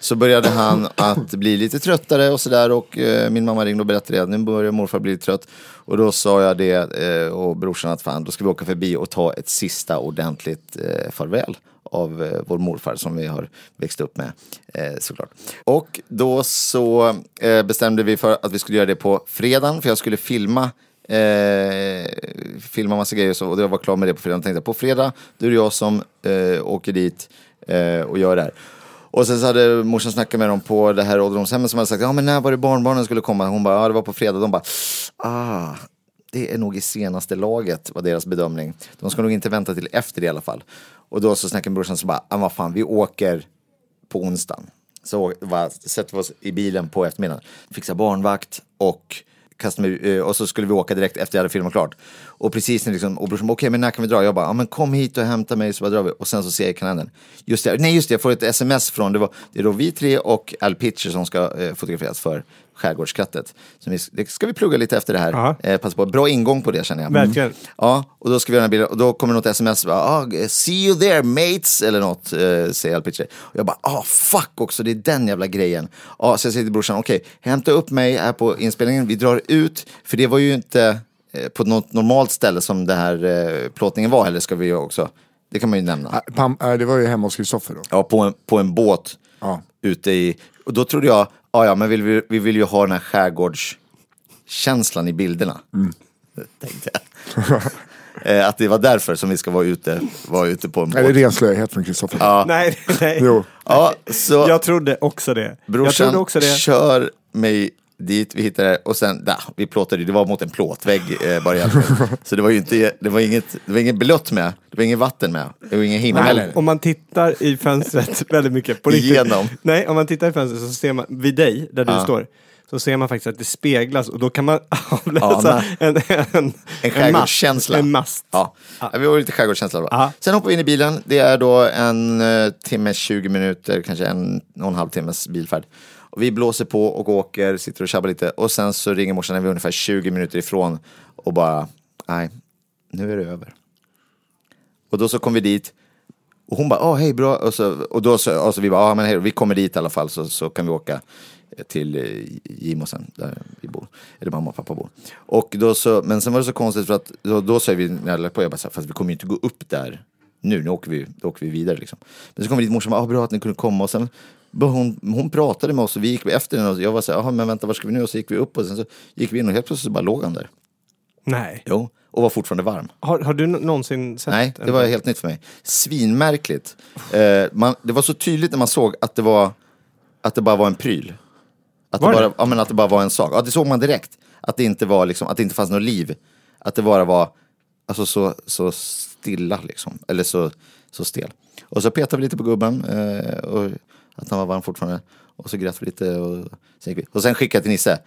Speaker 3: Så började han att bli lite tröttare och sådär och eh, min mamma ringde och berättade det. att Nu börjar morfar bli lite trött. Och då sa jag det eh, och brorsan att fan då ska vi åka förbi och ta ett sista ordentligt eh, farväl av eh, vår morfar som vi har växt upp med eh, såklart. Och då så eh, bestämde vi för att vi skulle göra det på fredagen för jag skulle filma Eh, filma massa grejer och, så, och jag var klar med det på fredag. Jag tänkte jag, på fredag, då är det jag som eh, åker dit eh, och gör det här. Och sen så hade morsan snackat med dem på det här ålderdomshemmet som hade sagt, ja men när var det barnbarnen skulle komma? Hon bara, ja det var på fredag. De bara, ah, det är nog i senaste laget var deras bedömning. De ska nog inte vänta till efter det i alla fall. Och då så snackade brorsan så bara, ah, vad fan vi åker på onsdagen. Så å- va, sätter vi oss i bilen på eftermiddagen, fixar barnvakt och kastar mig, eh, och så skulle vi åka direkt efter jag hade filmat klart. Och precis när liksom, och brorsan bara, okej men när kan vi dra? Jag bara, ja men kom hit och hämta mig så bara drar vi. Och sen så ser jag i kalendern, just det, nej just det, jag får ett sms från, det, var, det är då vi tre och Al Pitcher som ska eh, fotograferas för Skärgårdsskrattet. Så vi, det ska vi plugga lite efter det här.
Speaker 2: Ja.
Speaker 3: Eh, passa på, bra ingång på det känner jag. Mm.
Speaker 2: Verkligen.
Speaker 3: Ja, och då ska vi göra den här bilden och då kommer något sms. Bara, ah, see you there mates eller något, eh, säger Alpice. Och jag bara, ah fuck också, det är den jävla grejen. Ja, så jag säger till brorsan, okej, hämta upp mig här på inspelningen, vi drar ut, för det var ju inte eh, på något normalt ställe som det här eh, plåtningen var heller, ska vi ju också, det kan man ju nämna.
Speaker 1: Ah, Pam, eh, det var ju hemma hos Kristoffer då.
Speaker 3: Ja, på en, på en båt
Speaker 1: Ja.
Speaker 3: ute i... Och då trodde jag, ja ja, men vi, vi, vi vill ju ha den här skärgårdskänslan i bilderna.
Speaker 2: Mm.
Speaker 3: Tänkte jag. Eh, att det var därför som vi ska vara ute, vara ute på en båt.
Speaker 1: Är det ren slöhet från Kristoffer?
Speaker 3: eh,
Speaker 1: Ja.
Speaker 2: Nej, nej.
Speaker 1: Jo.
Speaker 3: Ja, så
Speaker 2: Jag trodde också det. jag
Speaker 3: brorsan
Speaker 2: trodde också det.
Speaker 3: kör mig dit, vi hittar det och sen, nah, vi plåtade ju, det var mot en plåtvägg eh, bara egentligen. Så det var ju inte, det var inget, det var inget blött med, det var inget vatten med, det var ingen himmel.
Speaker 2: Nej, om man tittar i fönstret väldigt mycket, på riktigt.
Speaker 3: Igenom.
Speaker 2: Nej, om man tittar i fönstret så ser man, vid dig, där du står, så ser man faktiskt att det speglas och då kan man avläsa en, en, en,
Speaker 3: En
Speaker 2: mast.
Speaker 3: skärgårdskänsla.
Speaker 2: En mast.
Speaker 3: Ja. Ja, vi var lite skärgårdskänsla. då.
Speaker 2: Ja.
Speaker 3: Sen hoppar vi in i bilen. Det är då en eh, timme, 20 minuter, kanske en och en halv timmes bilfärd. Och vi blåser på och åker, sitter och tjabbar lite. Och sen så ringer morsan när vi är ungefär 20 minuter ifrån och bara, nej, nu är det över. Och då så kom vi dit. Och hon bara, ah hej bra. Och, så, och då så, och så vi bara, ah, men hej, vi kommer dit i alla fall så, så kan vi åka till eh, Gimo sen, där vi bor. Eller mamma och pappa bor. Och då så, men sen var det så konstigt för att då, då sa vi när jag lagt på, jag bara, så här, fast vi kommer ju inte gå upp där nu, nu åker vi, då åker vi vidare liksom. Men så kom vi dit, morsan bara, ah, bra att ni kunde komma. Och sen började hon, hon pratade med oss och vi gick efter henne och jag var så här, ah, men vänta, var ska vi nu? Och så gick vi upp och sen så gick vi in och helt plötsligt så bara låg han där.
Speaker 2: Nej.
Speaker 3: Jo, och var fortfarande varm.
Speaker 2: Har, har du n- någonsin sett
Speaker 3: Nej,
Speaker 2: en-
Speaker 3: det var helt nytt för mig. Svinmärkligt. Eh, man, det var så tydligt när man såg att det, var, att det bara var en pryl. Att
Speaker 2: Var
Speaker 3: det,
Speaker 2: det?
Speaker 3: bara, ja, men att det bara var en sak. Ja, det såg man direkt. Att det inte, var liksom, att det inte fanns något liv. Att det bara var alltså, så, så stilla, liksom. eller så, så stel. Och så petade vi lite på gubben, eh, och att han var varm fortfarande. Och så grät vi lite. Och sen, gick vi. Och sen skickade jag till Nisse.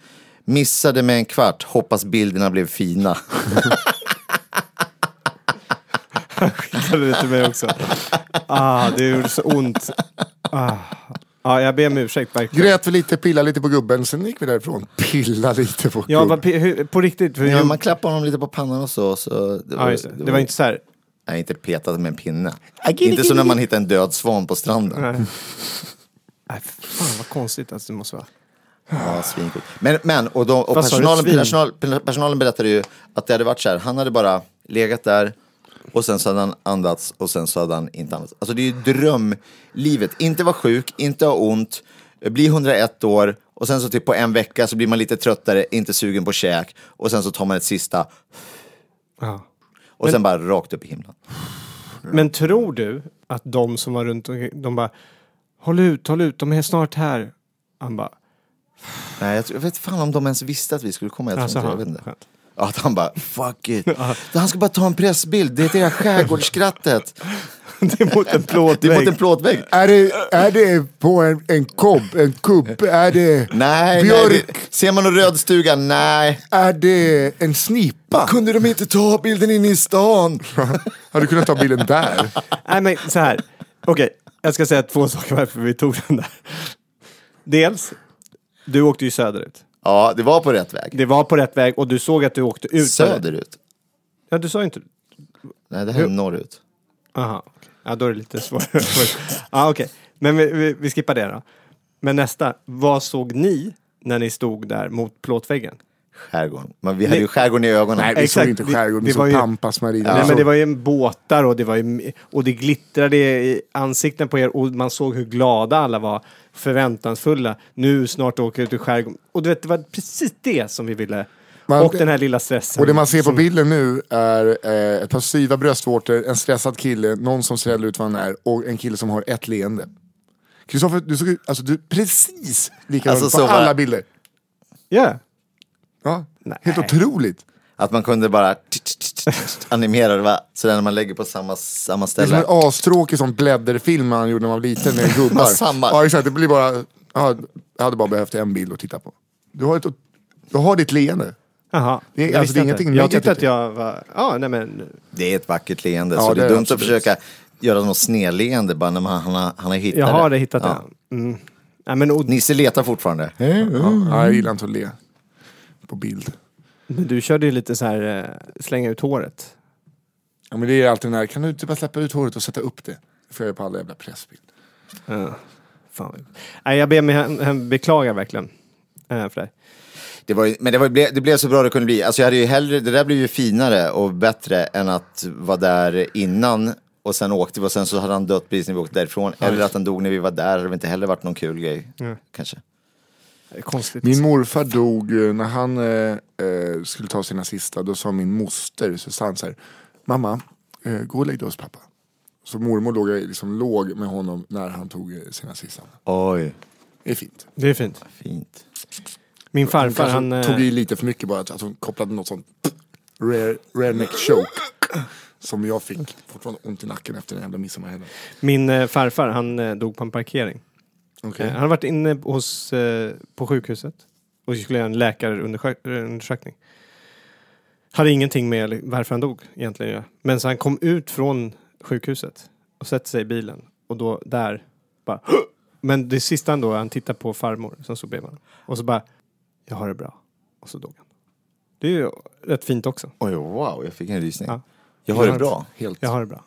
Speaker 3: Missade med en kvart, hoppas bilderna blev fina.
Speaker 2: Kallade det till mig också. Ah, det gjorde så ont. Ah. Ja, jag ber om ursäkt verkligen.
Speaker 1: Grät vi lite, pillade lite på gubben, sen gick vi därifrån. Pilla lite på
Speaker 2: Ja,
Speaker 1: gubben.
Speaker 2: vad pe- hur, på riktigt. För
Speaker 3: Ja,
Speaker 2: jag,
Speaker 3: man klappar honom lite på pannan och så. så det,
Speaker 2: ja, just det. det var inte så här.
Speaker 3: Nej, inte petat med en pinne. Inte som när man hittar en död svan på stranden.
Speaker 2: Nej. Nej, Äh, fan vad konstigt alltså, det måste vara.
Speaker 3: Ja, svinkul. Men, men och, de, och
Speaker 2: Vad sa du,
Speaker 3: personalen,
Speaker 2: svin?
Speaker 3: personal, personalen berättade ju att det hade varit så här. Han hade bara legat där och sen så hade han andats och sen så hade han inte andats. Alltså det är ju drömlivet. Inte vara sjuk, inte ha ont, bli 101 år och sen så typ på en vecka så blir man lite tröttare, inte sugen på käk och sen så tar man ett sista
Speaker 2: Ja.
Speaker 3: och sen bara rakt upp i himlen.
Speaker 2: Men tror du att de som var runt omkring, de bara Håll ut, håll ut, de är snart här. Han bara,
Speaker 3: Nej, jag, tror- jag vet fan om de ens visste att vi skulle komma. Jag, tror
Speaker 2: alltså
Speaker 3: inte, jag vet
Speaker 2: han.
Speaker 3: inte. Ja, Att han bara, fuck it. Han ska bara ta en pressbild. Det är det där skärgårdsskrattet.
Speaker 2: Det är mot en
Speaker 3: Det är mot
Speaker 2: plåtvägg.
Speaker 3: en plåtvägg.
Speaker 1: Är det, är det på en, en kubb? En kubb? Är det,
Speaker 3: Nej, nej
Speaker 1: björk?
Speaker 3: det, ser man en röd stuga? Nej.
Speaker 1: Är det en snipa?
Speaker 3: Kunde de inte ta bilden inne i stan?
Speaker 1: Har du kunnat ta bilden där?
Speaker 2: Nej men så här. Okej, jag ska säga två saker varför vi tog den där. Dels, du åkte ju söderut.
Speaker 3: Ja, det var på rätt väg.
Speaker 2: Det var på rätt väg och du såg att du åkte ut.
Speaker 3: Söderut?
Speaker 2: Ja, du sa ju inte.
Speaker 3: Nej, det här är norrut.
Speaker 2: Aha. okej. Ja, då är det lite svårare. ja, okej. Men vi, vi, vi skippar det då. Men nästa. Vad såg ni när ni stod där mot plåtväggen?
Speaker 3: Skärgården. Men vi hade ju skärgården i ögonen.
Speaker 1: Nej, vi
Speaker 2: Exakt.
Speaker 1: såg inte
Speaker 2: Det-
Speaker 1: skärgården,
Speaker 2: det
Speaker 1: vi
Speaker 2: var
Speaker 1: såg
Speaker 2: ju-
Speaker 1: Pampas marina.
Speaker 2: Nej,
Speaker 1: Vi
Speaker 2: men
Speaker 1: såg-
Speaker 2: det var ju en båtar och det, var ju, och det glittrade i ansikten på er och man såg hur glada alla var. Förväntansfulla. Nu snart åker jag ut i skärgården. Och du vet, det var precis det som vi ville.
Speaker 1: Man-
Speaker 2: och den här lilla stressen.
Speaker 1: Och det man ser på
Speaker 2: som-
Speaker 1: bilden nu är eh, ett par styva bröstvårtor, en stressad kille, någon som ser äldre ut vad han är och en kille som har ett leende. Kristoffer, du såg ut, alltså du är precis likadan
Speaker 3: Alltså,
Speaker 1: på
Speaker 3: så var-
Speaker 1: alla bilder.
Speaker 2: Ja.
Speaker 1: Ja. Helt otroligt.
Speaker 3: Att man kunde bara t- t- t- t- animera det, va? sådär när man lägger på samma,
Speaker 1: Det
Speaker 3: samma
Speaker 1: är som
Speaker 3: ställe.
Speaker 1: en astråkig sån blädderfilm man gjorde när man var liten med gubbar.
Speaker 3: samma.
Speaker 1: Ja exakt, det blir bara, ja, jag hade bara behövt en bild att titta på. Du har, ett, du har ditt leende.
Speaker 2: Jaha.
Speaker 1: Det är-
Speaker 2: jag
Speaker 1: alltså,
Speaker 2: visste
Speaker 1: det är
Speaker 2: inte.
Speaker 1: ingenting
Speaker 2: Jag tyckte
Speaker 1: negativt.
Speaker 2: att jag var... Ja, nej men...
Speaker 3: Det är ett vackert leende,
Speaker 1: Ja,
Speaker 3: så det
Speaker 1: det
Speaker 3: är
Speaker 1: är
Speaker 3: dumt att
Speaker 1: absolut.
Speaker 3: försöka göra något snedleende bara när man, han, har, han har hittat
Speaker 2: Jag har det hittat
Speaker 3: Ja.
Speaker 2: det. Mm. Nej, men, och,
Speaker 3: Nisse letar fortfarande.
Speaker 1: Ja, jag gillar inte att le på bild.
Speaker 2: men du körde ju lite så här, eh, slänga ut håret.
Speaker 1: Ja, men det är alltid den här, kan du inte bara släppa ut håret och sätta upp det? Det får jag göra på alla jävla pressbilder.
Speaker 2: Fan. Nej, jag ber mig, jag- jag beklagar verkligen eh, för dig.
Speaker 3: Det var, ju- men det, var, ble- det blev så bra det kunde bli. Alltså jag hade ju hellre, det där blev ju finare och bättre än att vara där innan och sen åkte vi och sen så hade han dött precis när vi åkte därifrån. Eller att han dog när vi var där, det hade inte heller varit någon kul grej. Kanske.
Speaker 2: Det är Konstigt.
Speaker 1: Min morfar dog eh, när han eh, eh, skulle ta sina sista. Då sa min moster Susanne så här, mamma, eh, gå och lägg dig hos pappa. Så mormor låg, liksom, låg med honom när han tog eh, sina sista.
Speaker 3: Oj,
Speaker 1: Det är fint.
Speaker 2: Det är fint.
Speaker 3: fint.
Speaker 2: Min
Speaker 1: Hon
Speaker 2: farfar,
Speaker 1: kanske
Speaker 2: han... eh,
Speaker 1: tog i lite för mycket bara, att att hon kopplade något sånt rare, rare neck choke. Som jag fick fortfarande ont i nacken efter den jävla midsommarhelgen.
Speaker 2: Min eh, farfar, han eh, dog på en parkering. Eh, Han har varit inne hos, eh, på sjukhuset och skulle göra en läkarundersökning. Hade ingenting med varför han dog egentligen att göra. Men så han kom ut från sjukhuset och sätter sig i bilen och då där bara Men det sista han då, han tittar på farmor som stod bredvid honom. Och så bara, jag har det bra. Och så dog han. Det är ju rätt fint också.
Speaker 3: Oj, wow, jag fick en rysning.
Speaker 2: Ja.
Speaker 3: Jag har det bra.
Speaker 1: Helt.
Speaker 2: Jag har det bra.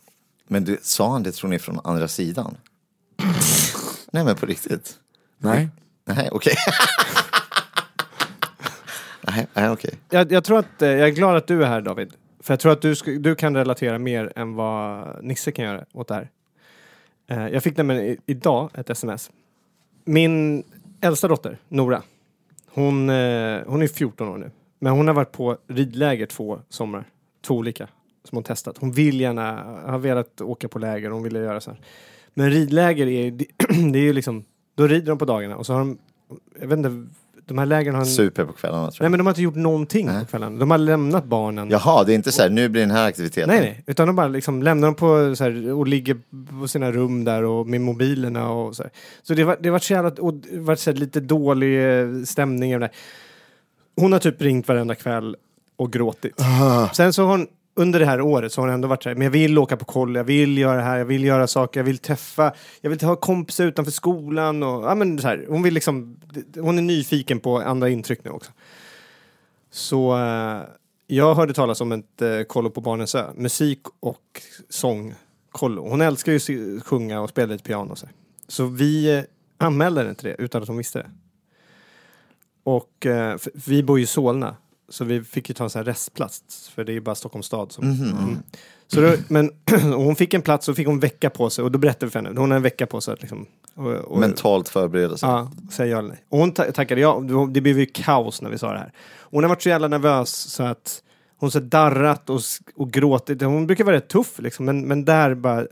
Speaker 3: Men du, sa han det tror ni från andra sidan? Nej men på riktigt.
Speaker 1: Nej.
Speaker 3: Nej, okej. Nej, nej, okej.
Speaker 2: Jag, jag tror att, eh, jag är glad att du är här David. För jag tror att du, sku- du kan relatera mer än vad Nisse kan göra åt det här. Eh, jag fick nämligen i, idag ett sms. Min äldsta dotter, Nora, hon, eh, hon är 14 år nu. Men hon har varit på ridläger två somrar. Två olika som hon testat. Hon vill gärna, har velat åka på läger, hon ville göra så här. Men ridläger är ju, det, det är ju liksom, då rider de på dagarna och så har de, jag vet inte, de här lägren har en...
Speaker 3: Super på kvällarna tror
Speaker 2: Nej
Speaker 3: jag.
Speaker 2: men de har inte gjort någonting på kvällen. De har lämnat barnen.
Speaker 3: Jaha, det är inte så här, nu blir den här aktiviteten.
Speaker 2: Nej nej, utan de bara liksom lämnar dem på så här, och ligger på sina rum där och med mobilerna och så här. Så det var, det var så jävla, och det var så här, lite dålig eh, stämning. över det här. Hon har typ ringt varenda kväll och gråtit. Sen så har hon under det här året så har hon ändå varit så här, men jag vill åka på koll, jag vill göra det här, jag vill göra saker, jag vill träffa, jag vill ha kompisar utanför skolan och ja, men så här, hon vill liksom, hon är nyfiken på andra intryck nu också. Så eh, jag hörde talas om ett eh, kollo på Barnens ö, musik och sångkollo. Hon älskar ju att sjunga och spela lite piano och så. här. Så vi eh, anmälde henne till det utan att hon visste det. Och eh, för- för vi bor ju i Solna, så vi fick ju ta en sån här restplats, för det är ju bara Stockholms stad som...
Speaker 3: Mhm.
Speaker 2: Mm. Så då, men och hon fick en plats och fick hon vecka på sig och då berättade vi för henne, hon har en vecka på sig att liksom... Och, och,
Speaker 3: Mentalt förberedelse.
Speaker 2: Ja, säger jag eller nej. Och hon ta- tackade ja. Det blev ju kaos när vi sa det här. Hon har varit så jävla nervös så att hon så darrat och, s- och gråtit. Hon brukar vara rätt tuff liksom, men, men där bara,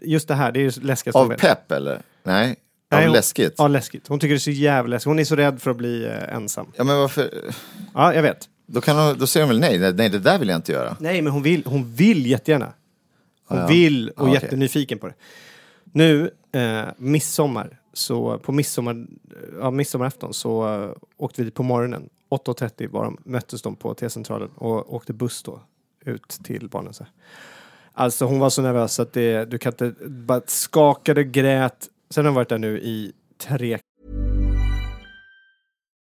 Speaker 2: just det här, det är ju läskigast jag
Speaker 3: Av
Speaker 2: vet.
Speaker 3: pepp eller? Nej,
Speaker 2: Nej,
Speaker 3: av
Speaker 2: hon-
Speaker 3: läskigt.
Speaker 2: Ja, läskigt. Hon tycker det är så jävla läskigt. Hon är så rädd för att bli eh, ensam.
Speaker 3: Ja, men varför?
Speaker 2: Ja, jag vet.
Speaker 3: Då, kan hon, då säger hon väl nej. nej, nej det där vill jag inte göra.
Speaker 2: Nej, men hon vill, hon vill jättegärna. Hon
Speaker 3: Ja, ja.
Speaker 2: vill och
Speaker 3: Ja, okej.
Speaker 2: jättenyfiken på det. Nu, eh, midsommar, så på midsommar, ja, midsommarafton så eh, åkte vi på morgonen. 8.30 var de, möttes de på T-centralen och åkte buss då ut till Barnens Ö. Alltså hon var så nervös att det, du kan inte, bara skakade, grät. Sen har hon varit där nu i tre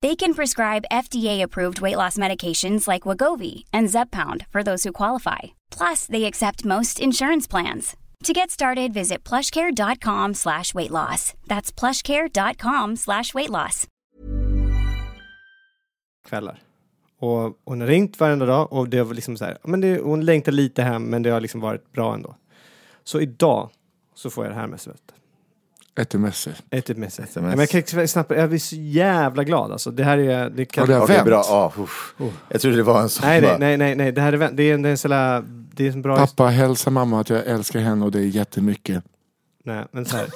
Speaker 4: They can prescribe FDA-approved weight loss medications like Wagovi and Zepbound for those who qualify. Plus, they accept most insurance plans. To get started, visit plushcare.com slash weight loss. That's plushcare.com slash weight loss.
Speaker 2: kvällar. Och hon har ringt varenda dag och det var liksom så här, men det, hon längtar lite hem men det har liksom varit bra ändå. Så idag så får jag det här messet.
Speaker 1: Ett MS.
Speaker 2: Ett sms.
Speaker 3: Ett
Speaker 2: Ja, typ Men jag, kan, snabbt, jag blir så jävla glad alltså. Det här är... Det kan,
Speaker 1: Ja, det har
Speaker 3: Okej,
Speaker 1: vänt.
Speaker 3: bra. Ja, uff. Jag trodde det var en sån.
Speaker 2: Oh. nej, nej,
Speaker 3: bara-
Speaker 2: nej, nej, nej, det här är, vän- det är en, det är en, sån här- det är en bra...
Speaker 1: Pappa, hälsa mamma att jag älskar henne och dig jättemycket.
Speaker 2: Nej, men så här.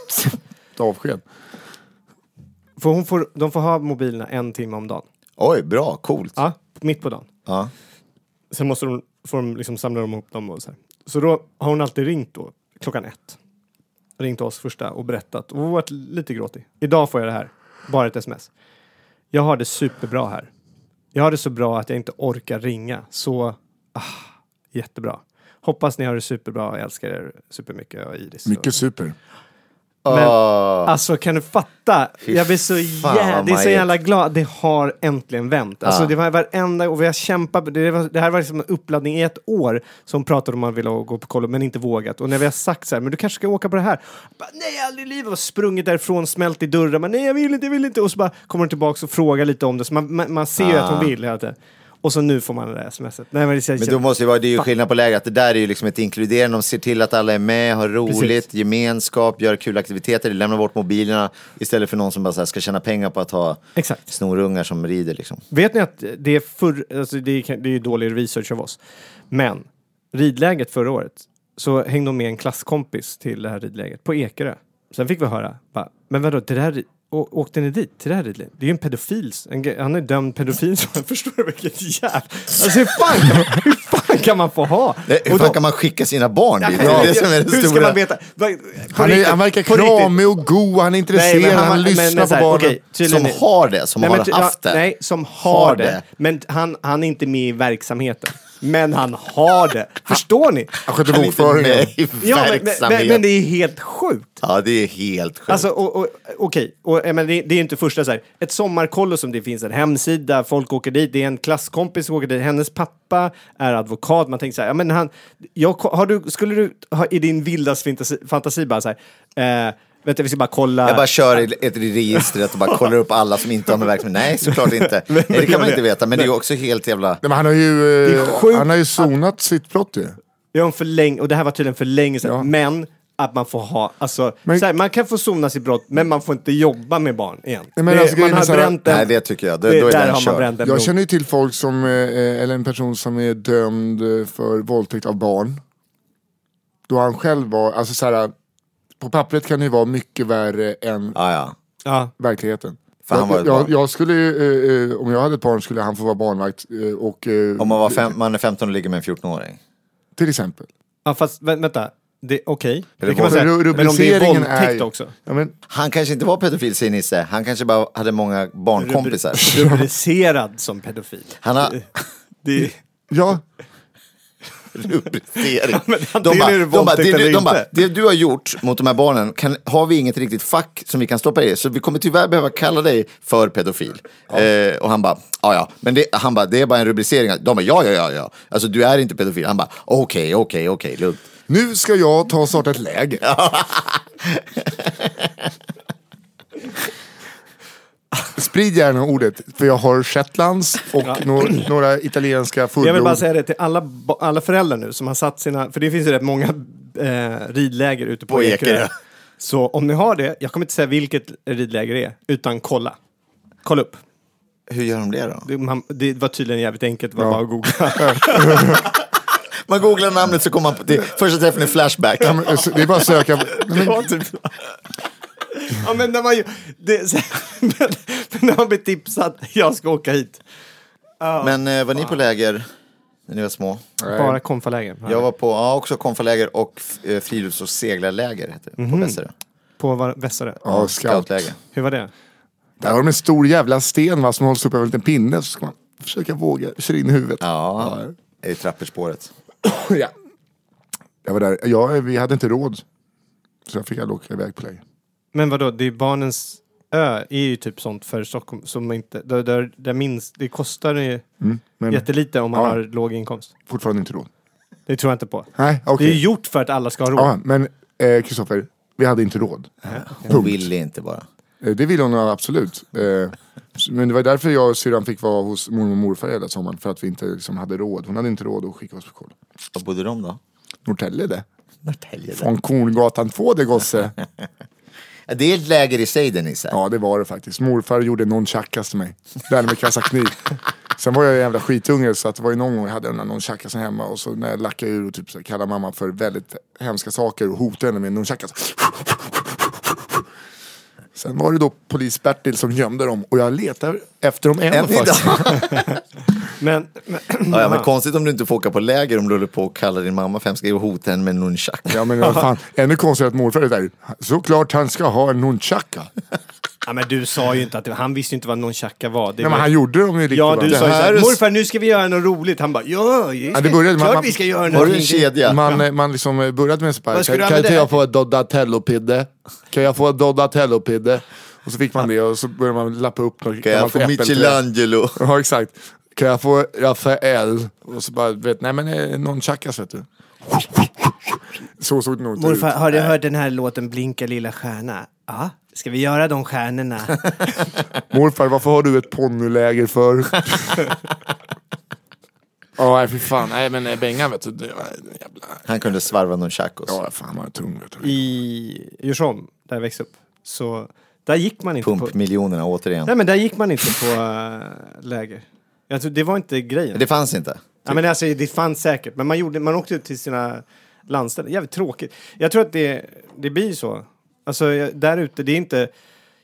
Speaker 1: Avsked.
Speaker 2: För hon får, de får ha mobilerna en timme om dagen.
Speaker 3: Oj, bra. Coolt.
Speaker 2: Ja, mitt på dagen.
Speaker 3: Ja.
Speaker 2: Sen måste de, får de liksom samla dem ihop dem och så här. Så då har hon alltid ringt då, klockan ett. Ringt oss första och berättat. Och hon har varit lite gråtig. Idag får jag det här. Bara ett sms. Jag har det superbra här. Jag har det så bra att jag inte orkar ringa. Så, ah, jättebra. Hoppas ni har det superbra. Jag älskar er supermycket. Och Iris.
Speaker 1: Mycket super.
Speaker 2: Men-
Speaker 3: Ah.
Speaker 2: Alltså kan du fatta? jag blir så
Speaker 3: fan,
Speaker 2: jävla,
Speaker 3: vad
Speaker 2: det är så
Speaker 3: majigt.
Speaker 2: jävla glad. Det har äntligen vänt. Alltså
Speaker 3: Ja.
Speaker 2: det var varenda, och vi har kämpat. Det, var, det här var liksom en uppladdning i ett år som pratade om att man ville gå på kollo men inte vågat. Och när vi har sagt så här, men du kanske ska åka på det här. Bara, nej, aldrig i livet. Och sprungit därifrån, smält i dörrar. Men nej, jag vill inte, jag vill inte. Och så bara kommer hon tillbaka och frågar lite om det. Så man, man, man ser ju att hon vill hela tiden. Och så nu får man det där smset. Nej, men det, känns-
Speaker 3: Men då måste det, vara, det är ju skillnad på läger, att det där är ju liksom ett inkluderande. De ser till att alla är med, har roligt,
Speaker 2: Precis.
Speaker 3: gemenskap, gör kul aktiviteter, lämnar bort mobilerna istället för någon som bara så här ska tjäna pengar på att ha
Speaker 2: Exakt.
Speaker 3: snorungar som rider. Liksom.
Speaker 2: Vet ni att det är förr, alltså det är, kan- det är ju dålig research av oss, men ridläget förra året så hängde de med en klasskompis till det här ridläget på Ekerö. Sen fick vi höra, bara, men vadå, det där, ri- å- åkte ni dit till det här ridläget? Det är ju en pedofil, s- en, ge- han är dömd pedofil, så jag förstår vilket jävla... Alltså hur fan kan man, hur fan kan man få ha?
Speaker 3: Nej, hur
Speaker 2: Och
Speaker 3: fan
Speaker 2: de-
Speaker 3: kan man skicka sina barn dit?
Speaker 2: Ja,
Speaker 3: det är det som är det
Speaker 2: hur ska
Speaker 3: stora.
Speaker 2: man veta? På
Speaker 1: Han, är,
Speaker 2: riktigt,
Speaker 1: han verkar
Speaker 2: på riktigt.
Speaker 1: kramig och go, han är intresserad,
Speaker 2: men
Speaker 1: han,
Speaker 2: han- men-
Speaker 1: lyssnar
Speaker 2: men så här,
Speaker 1: på barnen.
Speaker 2: okej. tydligen
Speaker 3: Som
Speaker 2: är-
Speaker 3: har det, som har
Speaker 2: ty-
Speaker 3: haft det.
Speaker 2: Nej, som har,
Speaker 3: Har
Speaker 2: det.
Speaker 3: det.
Speaker 2: Men han, han är inte med i verksamheten. Men han har det. Förstår ni?
Speaker 1: Han sköter
Speaker 3: Han är inte
Speaker 1: bokföringen.
Speaker 3: med i
Speaker 2: Ja, men, men, men, men det är helt sjukt.
Speaker 3: Ja, det är helt sjukt.
Speaker 2: Alltså, och, och, okej, och, jag menar, det, det är ju inte första så här. Ett sommarkollo som det finns en hemsida, folk åker dit, det är en klasskompis som åker dit, hennes pappa är advokat, man tänker så här, ja men han, jag, ko- har du, skulle du ha i din vildaste fantasi, fantasi bara så här, eh, vänta vi ska bara kolla.
Speaker 3: jag bara kör i- ett i registret och bara kollar upp alla som inte har med verksamhet. Nej, såklart inte. Nej, det kan man inte veta, men det är ju också helt jävla...
Speaker 1: Nej, men han har ju,
Speaker 2: Det är sjukt
Speaker 1: eh, han har ju sonat sitt brott ju.
Speaker 2: Det var en för länge, och det här var tydligen för länge sedan,
Speaker 1: Ja.
Speaker 2: men att man får ha, alltså,
Speaker 1: Men-
Speaker 2: så här, man kan få sona sitt brott, men man får inte jobba med barn igen.
Speaker 1: Nej, men
Speaker 2: det,
Speaker 1: alltså,
Speaker 2: man
Speaker 1: grejen är
Speaker 2: har
Speaker 1: så här-
Speaker 2: bränt den.
Speaker 3: Nej, det tycker jag. Då- då är
Speaker 2: där
Speaker 3: den
Speaker 2: har man
Speaker 3: körd.
Speaker 2: bränt den.
Speaker 1: Jag
Speaker 2: bron.
Speaker 1: känner ju till folk som, eh, eh, eller en person som är dömd eh, för våldtäkt av barn. Då han själv var, alltså så här, på pappret kan det ju vara mycket värre än
Speaker 3: Ja, ja.
Speaker 2: Ja.
Speaker 1: verkligheten.
Speaker 3: För han var
Speaker 1: jag,
Speaker 3: ett barn.
Speaker 1: jag, jag skulle ju, eh, eh, om jag hade ett barn skulle han få vara barnvakt eh, och, eh,
Speaker 3: Om man, var fem, man är 15 och ligger med en 14-åring.
Speaker 1: till exempel.
Speaker 2: ja, fast vä- vänta. Det- Okej, det,
Speaker 3: det
Speaker 2: kan man säga.
Speaker 1: Ru-
Speaker 2: Men om det är
Speaker 1: rubriceringen
Speaker 2: våldtäkt
Speaker 1: ju-
Speaker 2: också.
Speaker 1: Ja, men,
Speaker 3: Han kanske inte var pedofil, säger Nisse. Han kanske bara hade många barnkompisar.
Speaker 2: Rubricerad som pedofil.
Speaker 3: Han har
Speaker 2: Det,
Speaker 1: ja,
Speaker 3: rubricering.
Speaker 2: men
Speaker 3: De
Speaker 2: antingen
Speaker 3: bara,
Speaker 2: är det
Speaker 3: de bara,
Speaker 2: våldtäkt
Speaker 3: det, du-
Speaker 2: eller
Speaker 3: de bara,
Speaker 2: inte."
Speaker 3: det du har gjort mot de här barnen, kan, har vi inget riktigt fack som vi kan stoppa dig i, så vi kommer tyvärr behöva kalla dig för pedofil. Eh, och han bara, ja ja, men det, han bara, det är bara en rubricering. De bara, ja ja ja, ja. alltså du är inte pedofil. Han bara, okej, okej, okej, lugnt.
Speaker 1: nu ska jag ta och starta ett läger. Sprid gärna ordet, för jag har shetlands och no- några italienska
Speaker 2: jag vill
Speaker 1: fullblod.
Speaker 2: bara säga det till alla, ba- alla föräldrar nu som har satt sina, för det finns ju rätt många eh, ridläger ute på,
Speaker 3: På Ekerö.
Speaker 2: Ekerö. Så om ni har det, jag kommer inte säga vilket ridläger det är, utan kolla. Kolla upp.
Speaker 3: Hur gör de det då?
Speaker 2: Det, man, det var tydligen jävligt enkelt, det var bara att googla.
Speaker 3: Man googlar namnet så kommer man på, det, första träffen är Flashback.
Speaker 1: Ja, men, eh, så- Det är bara att söka. Nej, men,
Speaker 2: ja, men när man, ju- det, så, men, men när man blir tipsad, jag ska åka hit.
Speaker 3: Men eh, var ni på läger när ni var små?
Speaker 2: Bara konfaläger.
Speaker 3: Jag var på, ja, också konfaläger och eh, frilufts och seglarläger heter det, på Västerö.
Speaker 2: På var- Västerö.
Speaker 1: ja, scout.
Speaker 3: Scoutläger.
Speaker 2: Hur var det?
Speaker 1: Där har de en stor jävla sten va, som hålls upp över en liten pinne. Så ska man försöka våga köra in i huvudet.
Speaker 3: Ja, i trapperspåret.
Speaker 1: Ja. Jag var där. Jag, vi hade inte råd. Så jag fick aldrig åka iväg på läger.
Speaker 2: Men vadå, det är barnens ö är ju typ sånt för Stockholm som inte, där, där, där minst, det kostar ju
Speaker 1: Mm, Men
Speaker 2: jättelite om man
Speaker 1: Ja.
Speaker 2: har låg inkomst.
Speaker 1: fortfarande inte råd.
Speaker 2: Det tror jag inte på.
Speaker 1: Nej,
Speaker 2: Det är ju
Speaker 1: okej.
Speaker 2: gjort för att alla ska ha råd.
Speaker 1: Ja, men eh, Kristoffer, vi hade inte råd.
Speaker 3: Hon ville inte bara.
Speaker 1: Eh, Det ville hon absolut. Eh, s- Men det var därför jag och syrran fick vara hos mormor och morfar hela sommaren. För att vi inte liksom, hade råd. Hon hade inte råd att skicka oss på koll.
Speaker 3: Var bodde de då?
Speaker 1: Norrtälje det.
Speaker 3: Norrtälje.
Speaker 1: Från Korngatan 2 det gosse.
Speaker 3: Det är ett läger i sig det Nisse.
Speaker 1: Ja det var det faktiskt. Morfar gjorde någon chackas till mig. Lärde mig kasta kniv. Sen var jag en jävla skitunge så att det var ju någon gång jag hade den där någon chackas hemma och så när jag lackade ur och typ så här kallade mamma för väldigt hemska saker och hotade henne med någon chackas. Sen var det då polis-Bertil som gömde dem och jag letar efter dem än,
Speaker 3: Än idag.
Speaker 1: faktiskt.
Speaker 2: Men, men,
Speaker 3: Ja, ja, men konstigt om du inte får åka på läger om du håller på och kallar din mamma för hemsk och hotar henne med en nunchak.
Speaker 1: Ja men vad fan, ännu konstigare att morfar är där. Såklart han ska ha en nunchaka.
Speaker 2: ja, men du sa ju inte att det, han visste ju inte vad någon tjacka var. Det
Speaker 1: Nej
Speaker 2: var-
Speaker 1: men han gjorde dem ju riktigt
Speaker 2: Ja,
Speaker 1: va?
Speaker 2: du
Speaker 1: Det
Speaker 2: sa ju
Speaker 1: här
Speaker 2: såhär,
Speaker 1: är-
Speaker 2: morfar nu ska vi göra något roligt. Han bara, ja, ja
Speaker 1: det började-
Speaker 2: klart
Speaker 1: man-
Speaker 2: vi ska göra
Speaker 3: Har du en
Speaker 2: något
Speaker 3: kedja?
Speaker 1: Man, eh, man liksom eh, började med
Speaker 2: Vad ska du
Speaker 1: spark. Kan
Speaker 2: använda
Speaker 1: inte
Speaker 2: det?
Speaker 1: jag få ett Doddatellopidde? Kan jag få ett Doddatellopidde? Och så fick man det och så började man lappa upp något
Speaker 3: Kan jag
Speaker 1: gammalt
Speaker 3: få
Speaker 1: äppelträd.
Speaker 3: Michelangelo?
Speaker 1: Ja exakt. Kan jag få Rafael? Och så bara, vet, nej men eh, någon chackas vet du. Så såg det nog inte
Speaker 2: Morfar,
Speaker 1: ut.
Speaker 2: har du hört den här låten Blinka lilla stjärna? Ja, ska vi göra de stjärnorna?
Speaker 1: Morfar, varför har du ett ponnyläger för? Ja, nej fy fan. Nej men eh, Bengan vet du, det var en jävla...
Speaker 3: Han kunde svarva nunchakos.
Speaker 1: Ja, fan vad tung vet du.
Speaker 2: I Djursholm, där jag växte upp, så där gick man inte på...
Speaker 3: Pumpmiljonerna återigen.
Speaker 2: Nej, men där gick man inte på äh, läger. Jag tror, det var inte grejen.
Speaker 3: Det fanns inte.
Speaker 2: Ja, men alltså, det fanns säkert, men man, gjorde, man åkte ut till sina landställen. Jävligt tråkigt. Jag tror att det, det blir så. Alltså, jag- där ute, det är inte...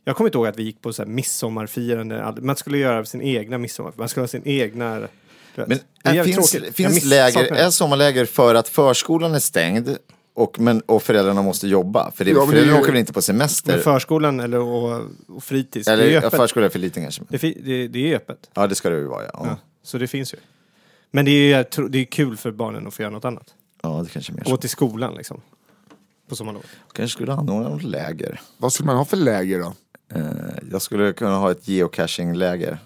Speaker 2: Jag kommer inte ihåg att vi gick på så här midsommarfirande. aldrig. Man skulle göra sin egna midsommar. Man skulle ha sin egna... du vet.
Speaker 3: Men äh,
Speaker 2: Det är jävligt
Speaker 3: finns,
Speaker 2: tråkigt. Jag
Speaker 3: finns
Speaker 2: miss-
Speaker 3: läger,
Speaker 2: saknar det.
Speaker 3: är sommarläger för att förskolan är stängd och, men, och föräldrarna måste jobba? För det,
Speaker 1: Ja, men det är
Speaker 3: föräldrarna
Speaker 1: ju-
Speaker 3: åker väl inte på
Speaker 2: Men
Speaker 3: semester?
Speaker 2: förskolan eller, och, och fritids,
Speaker 3: Eller
Speaker 2: det är
Speaker 3: ja,
Speaker 2: öppet.
Speaker 3: förskolan är för liten kanske. men-
Speaker 2: Det, fi- det, det är öppet.
Speaker 3: Ja, det ska det ju vara ja.
Speaker 2: Så det finns ju. Men det är ju jag tror- det är kul för barnen att få göra något annat.
Speaker 3: Ja, det kanske är mer
Speaker 2: Gå
Speaker 3: så.
Speaker 2: till skolan liksom. På sommarlovet.
Speaker 3: Kanske skulle anordna något läger.
Speaker 1: Vad skulle man ha för läger då?
Speaker 3: Eh, jag skulle kunna ha ett geocaching-läger.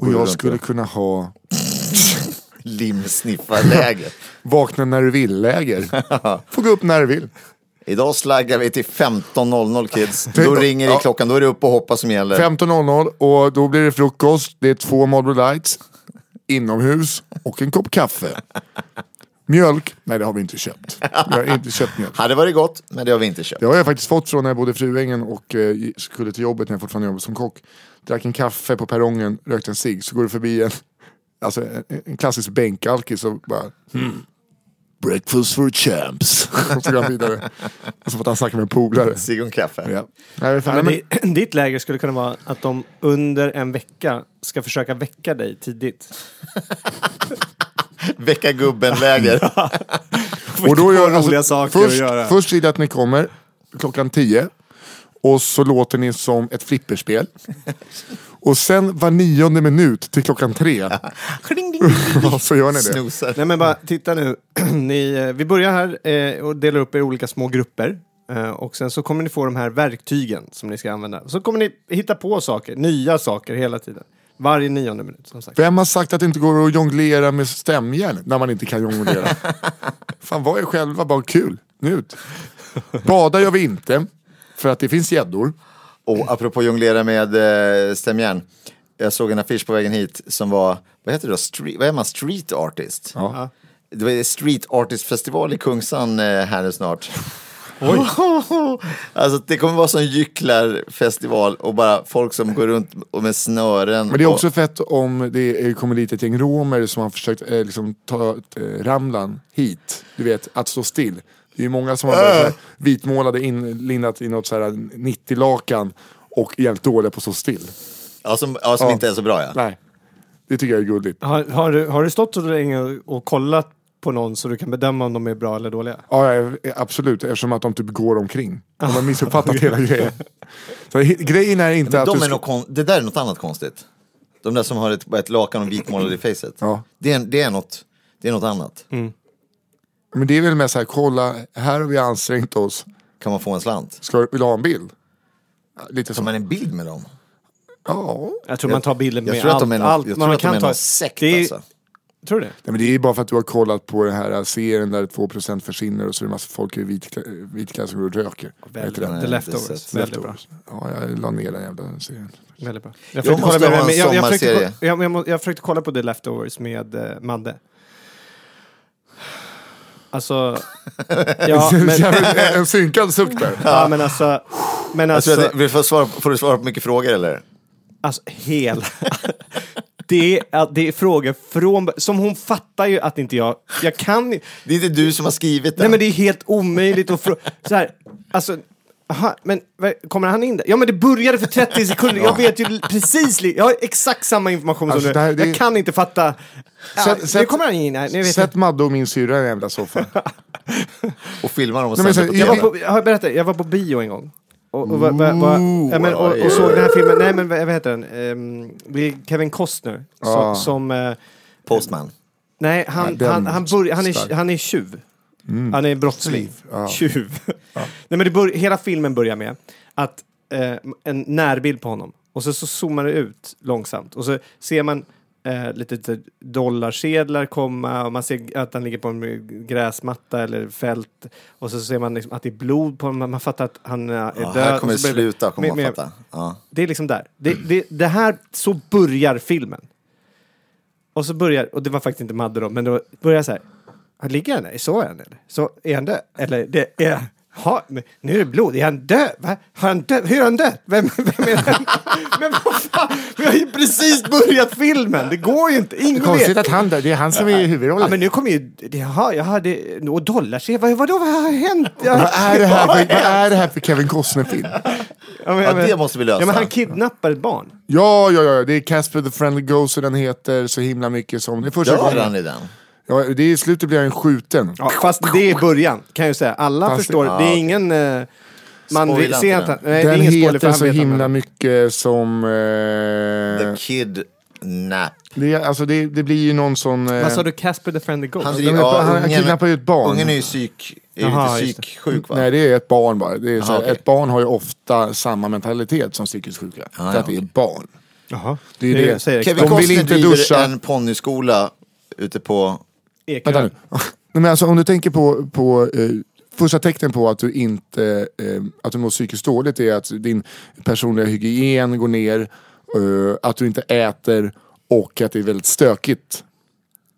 Speaker 1: Och
Speaker 3: runt
Speaker 1: jag
Speaker 3: i
Speaker 1: skulle
Speaker 3: det.
Speaker 1: kunna ha
Speaker 3: Limsniffarläger.
Speaker 1: vakna när du vill-läger. Få gå upp när du vill.
Speaker 3: Idag slaggar vi till 15.00 kids. Då ringer det i
Speaker 1: Ja.
Speaker 3: klockan, då är det upp och hoppa som gäller.
Speaker 1: 15.00 och då blir det frukost. Det är två Marlboro Lights inomhus och en kopp kaffe. Mjölk? Nej, det har vi inte köpt. Vi har inte köpt mjölk.
Speaker 3: Hade varit gott, men det har vi inte köpt.
Speaker 1: Det har jag faktiskt fått från när jag bodde i Fruängen och eh, skulle till jobbet när jag fortfarande jobbade som kock. Drack en kaffe på perrongen, rökte en cigg, så går du förbi en, alltså en, en klassisk bänkalkis och bara hmm.
Speaker 2: Mm.
Speaker 1: Breakfast for champs. Och så går han vidare. Och så får han snacka med en polare.
Speaker 3: Cigg och kaffe.
Speaker 1: Ja. Nej, men fan,
Speaker 2: Men
Speaker 1: nej, men-
Speaker 2: di- ditt läger skulle kunna vara att de under en vecka ska försöka väcka dig tidigt.
Speaker 3: Väcka gubben-läger.
Speaker 1: Och då gör,
Speaker 2: roliga
Speaker 1: alltså,
Speaker 2: saker
Speaker 1: först,
Speaker 2: att göra.
Speaker 1: Först är det att ni kommer klockan 10 och så låter ni som ett flipperspel. Och sen var nionde minut till klockan tre så gör ni det.
Speaker 3: Snosar.
Speaker 2: Nej men bara titta nu. ni, eh, vi börjar här eh, och delar upp er i olika små grupper. Eh, och sen så kommer ni få de här verktygen som ni ska använda. Så kommer ni hitta på saker, nya saker hela tiden. Varje nionde minut som sagt.
Speaker 1: Vem har sagt att det inte går att jonglera med stämjärn när man inte kan jonglera? Fan, var er själva, bara kul. Njut. Bada gör vi inte, för att det finns gäddor.
Speaker 3: Och apropå jonglera med eh, stämjärn. Jag såg en affisch på vägen hit som var, vad heter det då? Street, vad är man? Street artist?
Speaker 1: Ja.
Speaker 3: Det var Street Artist Festival i Kungsan eh, här nu snart. alltså det kommer vara sån gycklarfestival och bara folk som går runt och med snören.
Speaker 1: Men det är också
Speaker 3: och,
Speaker 1: fett om det är- kommer dit ett gäng romer som har försökt eh, liksom, ta eh, Ramlan hit. Du vet, att stå still. Det är ju många som har varit så här vitmålade, inlindat i något så här 90-lakan och är jävligt dåliga på att stå still.
Speaker 3: ja, som, ja, som
Speaker 1: Ja.
Speaker 3: inte är så bra ja.
Speaker 1: Nej, det tycker jag är gulligt.
Speaker 2: Har, har, du, har du stått så länge och- och kollat på någon så du kan bedöma om de är bra eller dåliga?
Speaker 1: Ja, ja, absolut, eftersom att de typ går omkring. De har missuppfattat hela grejen. Så, he- grejen är inte att
Speaker 3: De
Speaker 1: du
Speaker 3: är
Speaker 1: ska...
Speaker 3: nog kon- det där är något annat konstigt. De där som har ett, bara ett lakan och vitmålade i facet.
Speaker 1: Ja. Mm.
Speaker 3: Det, är, det, är något, det är något annat.
Speaker 1: Men det är väl mest så här, kolla, här har vi ansträngt oss.
Speaker 3: Kan man få en slant?
Speaker 1: Ska, vill du ha en bild? Lite
Speaker 3: Tar
Speaker 1: som...
Speaker 3: man en bild med dem?
Speaker 1: Ja.
Speaker 2: Jag tror man tar bilden
Speaker 3: jag
Speaker 2: med
Speaker 3: tror att
Speaker 2: allt.
Speaker 3: de är någon-
Speaker 2: allt
Speaker 3: jag
Speaker 2: man
Speaker 3: tror att de
Speaker 2: kan
Speaker 3: är
Speaker 2: ta.
Speaker 3: någon sekt,
Speaker 2: det är,
Speaker 3: alltså.
Speaker 2: Tror du det?
Speaker 1: Nej, men det är ju bara för att du har kollat på den här serien där 2% försvinner och så är det massa folk i vit- vitkläder som går och röker. Vad heter den?
Speaker 2: The
Speaker 3: inte
Speaker 2: Leftovers.
Speaker 3: sett.
Speaker 2: Väldigt bra.
Speaker 1: Ja, jag la ner den jävla serien.
Speaker 2: Väldigt bra.
Speaker 3: Jag
Speaker 2: Jag försökte
Speaker 3: måste
Speaker 2: kolla med
Speaker 3: ha en
Speaker 2: men jag, jag, försökte,
Speaker 3: sommarserie.
Speaker 2: ko- jag, jag, må- jag försökte kolla på The Leftovers med eh, Madde. Alltså... ja, men,
Speaker 1: En- en synkad suck där.
Speaker 2: ja, men alltså... Men
Speaker 3: Jag tror
Speaker 2: alltså,
Speaker 3: att, det- vi får, svara, får du svara på mycket frågor eller?
Speaker 2: alltså hela... Det är, att det är frågor från... Som hon fattar ju att inte jag... Jag kan ju-
Speaker 3: Det är inte du som har skrivit det.
Speaker 2: Nej men det är helt omöjligt att fråga. Så här, alltså, aha, men vad- kommer han in där? Ja men det började för 30 sekunder, jag vet ju precis, li- jag har exakt samma information
Speaker 1: Alltså,
Speaker 2: som
Speaker 1: det
Speaker 2: du.
Speaker 1: här- det är-
Speaker 2: Jag kan inte fatta. Ja,
Speaker 1: Sätt-
Speaker 2: nu
Speaker 1: sätt-
Speaker 2: kommer han in här, nu vet jag.
Speaker 1: Sätt Madde och min syrra i den jävla soffan.
Speaker 3: Och filmar dem och
Speaker 1: Nej, men
Speaker 3: sänder på
Speaker 1: så-
Speaker 2: Jag
Speaker 3: TV.
Speaker 1: jag-
Speaker 2: var på, jag berättar, jag var på bio en gång. Och, och, va- va- va- ja, men, och, och såg den här filmen, nej men vad vad heter den? Ehm, det är Kevin Costner som,
Speaker 1: Ah.
Speaker 2: som eh,
Speaker 3: Postman.
Speaker 2: nej han,
Speaker 1: den
Speaker 2: han, han, börj- han,
Speaker 1: stark.
Speaker 2: är, han är tjuv. Han är brottsling. Tjuv. Nej, men det bör, hela filmen börjar med att eh, en närbild på honom och så, så zoomar det ut långsamt och så ser man eh, lite, lite dollarsedlar komma och man ser att han ligger på en gräsmatta eller fält och så ser man liksom att det är blod på honom. Man fattar att han eh, är
Speaker 3: Ja,
Speaker 2: död.
Speaker 3: här kommer det
Speaker 2: Och så börjar
Speaker 3: sluta, kommer
Speaker 2: med-
Speaker 3: man
Speaker 2: med-
Speaker 3: fatta. Ja.
Speaker 2: det är liksom där. Det, det, det här, så börjar filmen. Och så börjar, och det var faktiskt inte Madde då, men det börjar så här. Han ligger han där? Så är han eller? Så är han död? Eller det är... Ha, men nu är det blod, är han död? Va? Har han död? Hur är han död? Vem, vem är han? Men vad fan, vi har ju precis börjat filmen, det går ju inte, ingen
Speaker 1: Konstigt
Speaker 2: vet.
Speaker 1: att han där, det är han som är huvudrollen.
Speaker 2: Ja men nu kommer ju, jaha, jag hade, och dollar, vad, vadå, vad har hänt? Jag,
Speaker 1: Vad
Speaker 3: äh,
Speaker 1: är det här för, vad är det här för Kevin Costner-film?
Speaker 2: ja, men,
Speaker 3: Ja,
Speaker 2: men-
Speaker 3: det måste vi lösa.
Speaker 2: Ja men han kidnappar ett barn.
Speaker 1: Ja, ja, ja, det är Casper the Friendly Ghost och den heter så himla mycket som... Det är första
Speaker 3: Dör han
Speaker 1: gången.
Speaker 3: i den?
Speaker 1: Ja, det är i slutet blir han skjuten.
Speaker 2: Ja, fast det är början, kan jag ju säga. Alla
Speaker 1: Fast det-
Speaker 2: förstår, det är ingen... eh, man
Speaker 3: Spoila
Speaker 2: vill, ser
Speaker 3: inte
Speaker 2: inte, nej, det är
Speaker 1: Den
Speaker 2: ingen spoiler
Speaker 1: heter
Speaker 2: för han
Speaker 1: så
Speaker 2: vet
Speaker 1: himla
Speaker 2: inte.
Speaker 1: mycket som...
Speaker 3: The
Speaker 1: Eh,
Speaker 3: Kid Nej.
Speaker 1: Det, är- alltså, det, det blir ju någon sån... eh,
Speaker 2: Vad sa du? Casper the Friendly Ghost?
Speaker 3: Han,
Speaker 1: men
Speaker 3: ja,
Speaker 1: han- han
Speaker 3: ungen-
Speaker 1: kidnappar ju ett barn.
Speaker 3: Ungen är ju psyk, är
Speaker 2: Jaha,
Speaker 3: lite
Speaker 2: just det.
Speaker 3: psyksjuk va?
Speaker 1: Nej, det är ett barn bara. Det är så här,
Speaker 3: Ah, okej.
Speaker 1: Ett barn har ju ofta samma mentalitet som psykiskt sjuka. för att det är barn.
Speaker 2: Jaha.
Speaker 1: Det är ju det.
Speaker 2: Säger
Speaker 3: Ah, Kevin
Speaker 1: De vill
Speaker 3: Costner
Speaker 1: inte
Speaker 3: driver
Speaker 1: duscha.
Speaker 3: en ponnyskola ute på...
Speaker 2: Ekerö.
Speaker 1: Vänta nu. Nej, men alltså, om du tänker på, på eh, första tecknen på att du inte eh, att du mår psykiskt dåligt är att din personliga hygien går ner, eh, att du inte äter och att det är väldigt stökigt.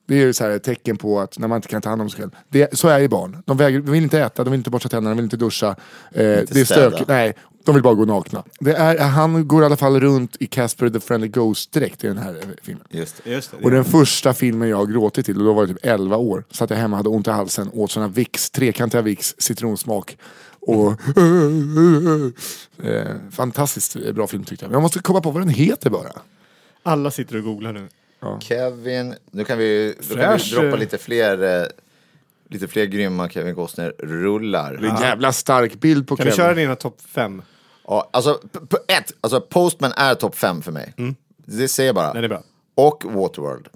Speaker 1: Det är ju så här ett tecken på att när man inte kan ta hand om sig själv. Det, så är ju barn. De, väger, de vill inte äta, de vill inte borsta tänderna, de vill inte duscha. Eh, det är
Speaker 3: städa.
Speaker 1: stökigt. Nej, de vill bara gå nakna. Det är, han går i alla fall runt i Casper the Friendly Ghost direkt i den här eh, filmen.
Speaker 3: Just det.
Speaker 2: Just det.
Speaker 1: Och den första filmen jag har gråtit till, och då var jag typ 11 år, satt jag hemma och hade ont i halsen, åt sådana Vicks, trekantiga Vicks, citronsmak. Och eh, fantastiskt bra film tyckte jag. Men jag måste komma på vad den heter bara.
Speaker 2: Alla sitter och googlar nu.
Speaker 3: Kevin, nu kan vi, då kan vi
Speaker 2: Fräsch,
Speaker 3: droppa
Speaker 2: eh.
Speaker 3: lite fler, eh, lite fler grymma Kevin Costner-rullar.
Speaker 1: Det är en jävla stark bild på
Speaker 2: Kan du köra dina topp fem?
Speaker 3: Ja, alltså, p- p- ett, alltså Postman är topp fem för mig. Det säger jag bara.
Speaker 2: Den Mm. är bra.
Speaker 3: Och Waterworld.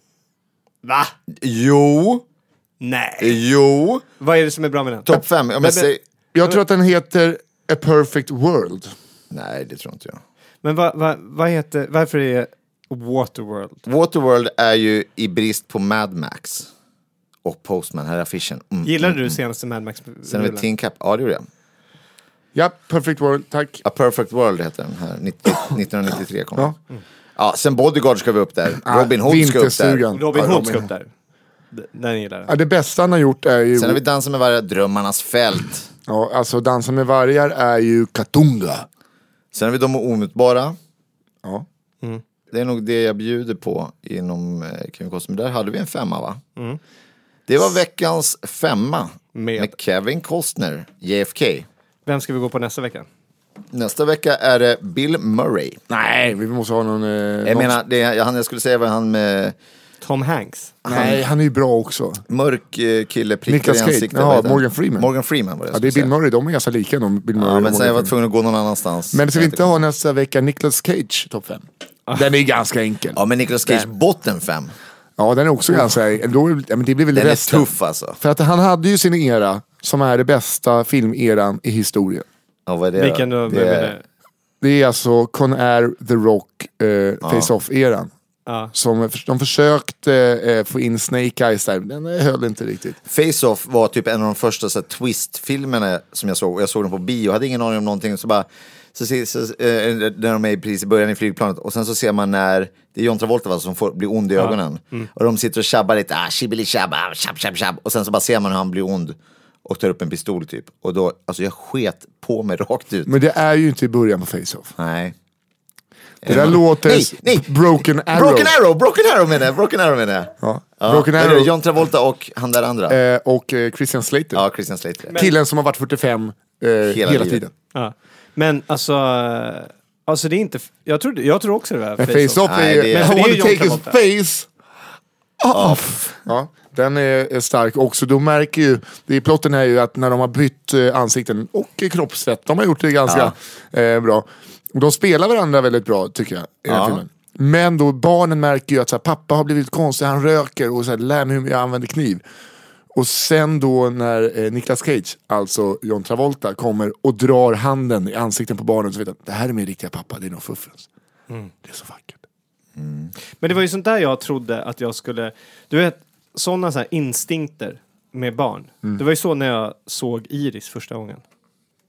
Speaker 2: Va?
Speaker 3: Jo,
Speaker 2: Nej.
Speaker 3: jo.
Speaker 2: Vad är det som är bra med den?
Speaker 3: Topp fem, om
Speaker 2: men-
Speaker 3: jag säger...
Speaker 1: Jag tror att den heter A Perfect World.
Speaker 3: Nej, det tror inte jag.
Speaker 2: Men vad va, vad heter, varför är Waterworld?
Speaker 3: Mm. Waterworld är ju i brist på Mad Max. Och Postman, här är affischen. Mm.
Speaker 2: Gillade du senaste Mad max
Speaker 3: Sen har vi Tin Cap, ja det gjorde jag.
Speaker 1: Ja, Perfect World, tack.
Speaker 3: A Perfect World heter den här, 90, 1993 kom den. Ja. sen Bodyguard ska vi upp där,
Speaker 2: Mm.
Speaker 3: Robin Hood ska upp där.
Speaker 1: Vinterstugan.
Speaker 2: Robin
Speaker 1: Ja,
Speaker 2: Hood ska upp där. D- Den gillar
Speaker 1: Ja,
Speaker 2: jag.
Speaker 1: det bästa han har gjort är ju,
Speaker 3: Sen har vi Dansen med vargar, Drömmarnas fält.
Speaker 1: ja, alltså Dansa med vargar är ju Katunga.
Speaker 3: Sen har vi De omutbara. Mm.
Speaker 1: Ja.
Speaker 3: Det är nog det jag bjuder på inom eh, Kevin Costner. Men Där hade vi en femma va?
Speaker 1: Mm.
Speaker 3: Det var veckans femma med,
Speaker 2: Med-
Speaker 3: Kevin Costner, JFK.
Speaker 2: Vem ska vi gå på nästa vecka?
Speaker 3: Nästa vecka är det Bill Murray.
Speaker 1: Nej, vi måste ha någon... Eh,
Speaker 3: Jag menar, det, jag, han- jag skulle säga vad han med
Speaker 2: Tom Hanks.
Speaker 1: Nej, han är ju bra också.
Speaker 3: mörk eh, kille prickar
Speaker 1: Nicolas
Speaker 3: i
Speaker 1: Cage.
Speaker 3: ansiktet.
Speaker 1: Jaha,
Speaker 3: vad heter han?
Speaker 1: Morgan Freeman.
Speaker 3: Morgan Freeman var det
Speaker 1: Ja, det är
Speaker 3: jag skulle
Speaker 1: Bill Murray, de är ganska lika de, Bill Murray
Speaker 3: säga. Ja,
Speaker 1: och
Speaker 3: men sen jag var
Speaker 1: Morgan Freeman.
Speaker 3: tvungen att gå någon annanstans.
Speaker 1: Men ska vi inte ha nästa vecka Nicolas Cage topp 5? Den är ganska enkel.
Speaker 3: Ja, men Nicolas Cage botten fem.
Speaker 1: Ja, den är också ganska enkel. Då, ja, men det blir väl
Speaker 3: Den är
Speaker 1: resten.
Speaker 3: tuff alltså.
Speaker 1: För att han hade ju sin era som är det bästa filmeran i historien.
Speaker 3: Ja, vad är det? då?
Speaker 2: Vilken då?
Speaker 3: det är,
Speaker 1: Det är alltså Con Air, The Rock, eh, Face Off-eran.
Speaker 2: Ja.
Speaker 1: Som, de försökte eh, få in Snake Eyes där, men den höll inte riktigt.
Speaker 3: Face-Off var typ en av de första så här, twist-filmerna som jag såg. Och jag såg den på bio, jag hade ingen aning om någonting. Så bara, så, se- så, eh, när de är precis i början i flygplanet. Och sen så ser man när, det är John Travolta va, som får, blir ond i ögonen.
Speaker 1: Mm.
Speaker 3: Och de sitter och tjabbar lite, ah, shibbeli tjabba, tjabb, tjabb, tjabb. Och sen så bara ser man hur han blir ond. Och tar upp en pistol typ. Och då, alltså jag sket på mig rakt ut.
Speaker 1: Men det är ju inte i början på Face Off.
Speaker 3: Nej.
Speaker 1: Det där låter...
Speaker 3: Nej, nej.
Speaker 1: Broken Arrow.
Speaker 3: Broken Arrow, Broken Arrow menar jag, Broken Arrow menar jag.
Speaker 1: Ja.
Speaker 3: Ja,
Speaker 1: Broken
Speaker 3: vad är det,
Speaker 1: Arrow.
Speaker 3: John Travolta och han där andra.
Speaker 1: Eh, och eh, Christian Slater.
Speaker 3: ja, Christian Slater.
Speaker 1: Killen som har varit 45 eh, hela,
Speaker 3: livet.
Speaker 1: tiden.
Speaker 2: Ja. Men alltså, eh, alltså det är inte, jag tror, jag tror också det var
Speaker 1: Men Face Off är
Speaker 3: Nej,
Speaker 1: ju...
Speaker 3: det är-
Speaker 1: I
Speaker 3: Men för
Speaker 2: det är
Speaker 1: wanna
Speaker 2: ju John
Speaker 1: take his
Speaker 2: Travolta.
Speaker 1: face off. Ja, den är är stark också. De märker ju, det i plotten är ju att när de har bytt eh, ansikten och eh, kroppsfett, de har gjort det ganska eh, bra. Och de spelar varandra väldigt bra tycker jag i den
Speaker 3: Ja.
Speaker 1: filmen. Men då barnen märker ju att så här, pappa har blivit konstig, han röker och så här, lär mig hur jag använder kniv. Och sen då när eh, Niklas Cage, alltså John Travolta, kommer och drar handen i ansikten på barnen så vet de det här är min riktiga pappa, det är nog fuffens. Det är så vackert.
Speaker 2: Men det var ju sånt där jag trodde att jag skulle... Du vet, sådana så här instinkter med barn.
Speaker 1: Mm.
Speaker 2: Det var ju så när jag såg Iris första gången.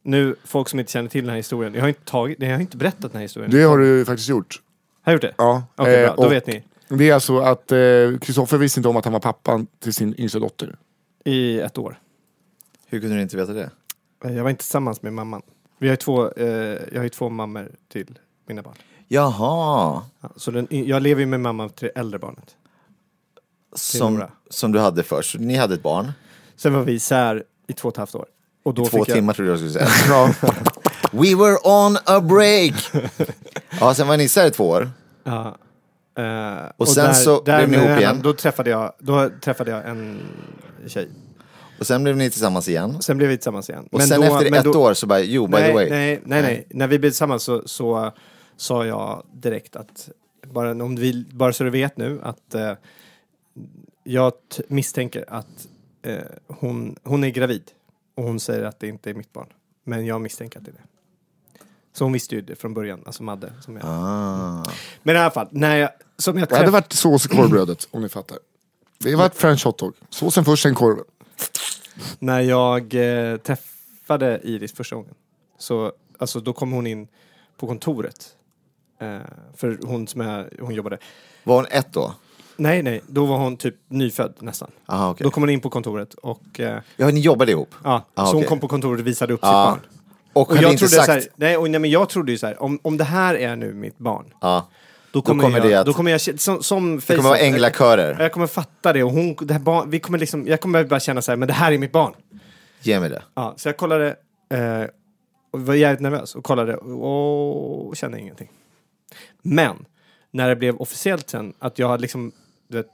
Speaker 2: Nu, folk som inte känner till den här historien. Jag har inte, tagit, jag har inte berättat den här historien.
Speaker 1: Det har du faktiskt gjort.
Speaker 2: Har jag gjort det?
Speaker 1: Ja.
Speaker 2: Okej,
Speaker 1: eh,
Speaker 2: bra. Då
Speaker 1: och
Speaker 2: vet ni.
Speaker 1: Det är alltså att eh, Kristoffer visste inte om att han var pappan till sin yngsta dotter.
Speaker 2: I ett år.
Speaker 3: Hur kunde du inte veta det?
Speaker 2: Eh, Jag var inte tillsammans med mamman. Vi har ju två, eh, jag har ju två mammor till mina barn.
Speaker 3: Jaha,
Speaker 2: Ja, så den, jag lever ju med mamman till det äldre barnet.
Speaker 3: som,
Speaker 2: Nora.
Speaker 3: som du hade först. Ni hade ett barn,
Speaker 2: Sen var vi isär i två och ett halvt år. Och då
Speaker 3: två
Speaker 2: fick jag-
Speaker 3: timmar trodde jag skulle säga. We were on a break! ja, sen var ni isär i två år.
Speaker 2: Ja. Eh, och,
Speaker 3: sen så blev ni ihop
Speaker 2: mellan-
Speaker 3: igen.
Speaker 2: Då träffade, jag, då träffade jag en tjej.
Speaker 3: Och sen blev ni tillsammans igen.
Speaker 2: Sen blev vi tillsammans igen.
Speaker 3: Och
Speaker 2: Men
Speaker 3: sen
Speaker 2: då-
Speaker 3: efter
Speaker 2: men
Speaker 3: ett
Speaker 2: då-
Speaker 3: år så bara, jo, by
Speaker 2: nej,
Speaker 3: the way.
Speaker 2: Nej, nej, nej. När vi blev tillsammans så, så sa jag direkt att bara, om vi, bara så du vet nu, att eh, jag t- misstänker att eh, hon, hon är gravid. Och hon säger att det inte är mitt barn. Men jag misstänker att det är det. Så hon visste ju det från början, alltså Madde. Som jag.
Speaker 3: Ah.
Speaker 2: Men i alla fall, när jag, som jag
Speaker 1: Det hade
Speaker 2: träff-
Speaker 1: varit sås i korvbrödet, om ni fattar. Det var ett french hotdog. Såsen först, sen korven.
Speaker 2: när jag eh, träffade Iris första gången. Så, alltså, då kom hon in på kontoret. Eh, för hon som jag, hon jobbade.
Speaker 3: Var hon ett då?
Speaker 2: Nej, nej, då var hon typ nyfödd nästan.
Speaker 3: Aha, okej.
Speaker 2: Då kom hon in på kontoret och eh,
Speaker 3: Ja, ni jobbade ihop?
Speaker 2: ja,
Speaker 3: Ah,
Speaker 2: så hon
Speaker 3: okej.
Speaker 2: kom på kontoret och visade upp
Speaker 3: Ja.
Speaker 2: sitt barn.
Speaker 3: Och,
Speaker 2: Och
Speaker 3: hade
Speaker 2: jag
Speaker 3: inte
Speaker 2: trodde,
Speaker 3: sagt...
Speaker 2: så här, nej, och, nej, men jag trodde ju så här, om, om det här är nu mitt barn,
Speaker 3: ja.
Speaker 2: då kommer,
Speaker 3: kommer det
Speaker 2: jag,
Speaker 3: att-
Speaker 2: då kommer jag, ke- som, som
Speaker 3: Det kommer vara änglakörer.
Speaker 2: Jag kommer fatta det och hon, det här barn, vi kommer liksom, jag kommer bara känna så här, men det här är mitt barn.
Speaker 3: Ge mig det.
Speaker 2: Ja, så jag kollade eh, och var jävligt nervös och kollade och, och kände ingenting. Men när det blev officiellt sen att jag hade liksom, du vet,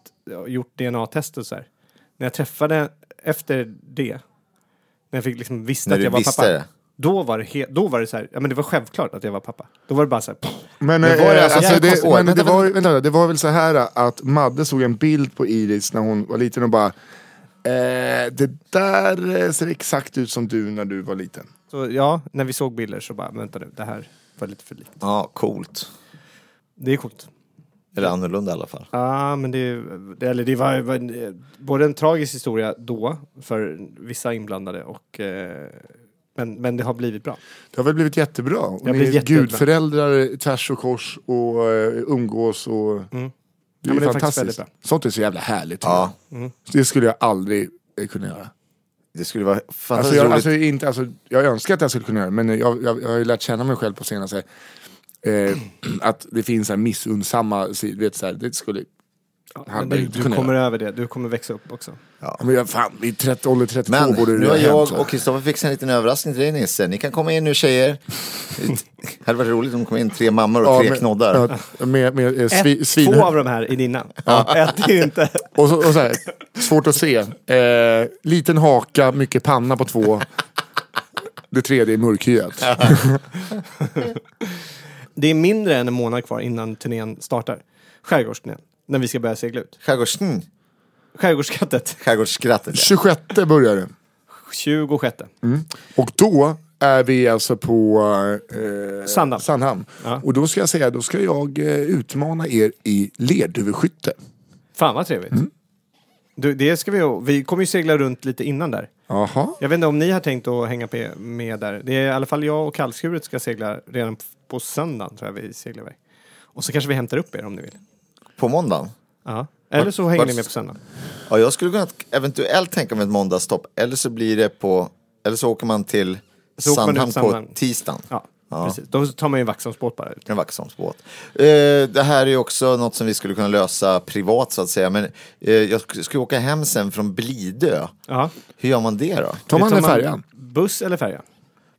Speaker 2: gjort DNA-test och så här. När jag träffade efter det, när jag fick liksom visste
Speaker 3: När
Speaker 2: att
Speaker 3: du
Speaker 2: jag var
Speaker 3: visste
Speaker 2: pappa.
Speaker 3: det.
Speaker 2: Då var det, he- då var det så här, ja men det var självklart att jag var pappa. Då var det bara så här, pff,
Speaker 1: Men,
Speaker 3: Men var det
Speaker 1: eh,
Speaker 3: alltså
Speaker 1: alltså,
Speaker 3: jävligt
Speaker 1: det, men
Speaker 3: konstigt?
Speaker 1: det,
Speaker 3: Vänta,
Speaker 1: var, ju- vänta, det var väl så här eh, att Madde såg en bild på Iris när hon var liten och bara eh, Det där eh, ser exakt ut som du när du var liten.
Speaker 2: så ja, när vi såg bilder så bara, vänta nu, det här var lite för likt.
Speaker 3: Ja, coolt.
Speaker 2: Det är coolt.
Speaker 3: Eller annorlunda i alla fall.
Speaker 2: Ja, men det, det, eller det var, var en- både en tragisk historia då för vissa inblandade och eh, men, men det har blivit bra.
Speaker 1: Det har väl blivit jättebra. Och
Speaker 2: har
Speaker 1: ni
Speaker 2: blivit
Speaker 1: är
Speaker 2: jättebra.
Speaker 1: gudföräldrar tvärs och kors och eh, umgås och Det är,
Speaker 2: Mm. men det är faktiskt väldigt
Speaker 1: fantastiskt.
Speaker 2: bra.
Speaker 1: Sånt är så jävla härligt. tycker
Speaker 3: Ja,
Speaker 1: jag. Det skulle jag aldrig eh, kunna göra.
Speaker 3: det skulle vara fantastiskt
Speaker 1: Alltså jag,
Speaker 3: roligt.
Speaker 1: alltså inte, alltså, jag önskar att jag skulle kunna göra det, men jag, jag, jag har ju lärt känna mig själv på senaste. Eh, att det finns så här missundsamma sidor. Vet, så här, det skulle,
Speaker 2: Men
Speaker 1: han
Speaker 2: du,
Speaker 1: inte
Speaker 2: du
Speaker 1: kunna
Speaker 2: kommer
Speaker 1: göra.
Speaker 2: över det, du kommer växa upp också.
Speaker 1: Ja, men jag, fan, vid 30, ålder 32
Speaker 3: Men
Speaker 1: borde det
Speaker 3: nu
Speaker 1: ha
Speaker 3: har
Speaker 1: hänt,
Speaker 3: jag
Speaker 1: va?
Speaker 3: och Kristoffer fixat en liten överraskning till dig Nisse. Ni kan komma in nu tjejer. Det hade varit roligt om det kom in tre mammor och
Speaker 1: Ja,
Speaker 3: tre
Speaker 1: men-
Speaker 3: knoddar.
Speaker 1: ja, med, med, eh, svi,
Speaker 2: Ett,
Speaker 1: svin-
Speaker 2: två av de här är dina. Ett är inte.
Speaker 1: Och, så, och så här, svårt att se. Eh, liten haka, mycket panna på två. Det tredje är mörkhyat.
Speaker 2: Det är mindre än en månad kvar innan turnén startar. Skärgårdsturnén, när vi ska börja segla ut.
Speaker 3: Skärgårdsn,
Speaker 2: Skärgårdsskattet,
Speaker 3: mm, skärgårdsskrattet. ja.
Speaker 1: 26 börjar det.
Speaker 2: 26.
Speaker 1: Mm. Och då är vi alltså på eh,
Speaker 2: Sandhamn.
Speaker 1: Ja. Och då ska jag säga, då ska jag eh, utmana er i lerduveskytte.
Speaker 2: Fan vad trevligt.
Speaker 1: Mm.
Speaker 2: Du, det ska vi, vi kommer ju segla runt lite innan där.
Speaker 1: Jaha.
Speaker 2: Jag vet inte om ni har tänkt att hänga pe- med där. Det är i alla fall jag och Kallskuret ska segla redan f- på söndagen tror jag vi seglar iväg. Och så kanske vi hämtar upp er om ni vill.
Speaker 3: På måndagen.
Speaker 2: Ja. Eller så hänger
Speaker 3: vart-
Speaker 2: ni med på söndagen.
Speaker 3: Ja, jag skulle kunna eventuellt tänka mig ett måndagsstopp. Eller så blir det på... Eller så åker man till
Speaker 2: Så åker man ut
Speaker 3: Sandhamn på
Speaker 2: Sandhamn.
Speaker 3: tisdagen.
Speaker 2: Ja, precis. Då tar man ju en Vaxholmsbåt bara. ut.
Speaker 3: En Vaxholmsbåt. Eh, det här är ju också något som vi skulle kunna lösa privat så att säga. Men eh, jag sk- ska ju åka hem sen från Blidö.
Speaker 2: Ja.
Speaker 3: Hur gör man det då?
Speaker 1: Tar man
Speaker 2: Tar
Speaker 1: den färjan?
Speaker 2: Buss eller färja?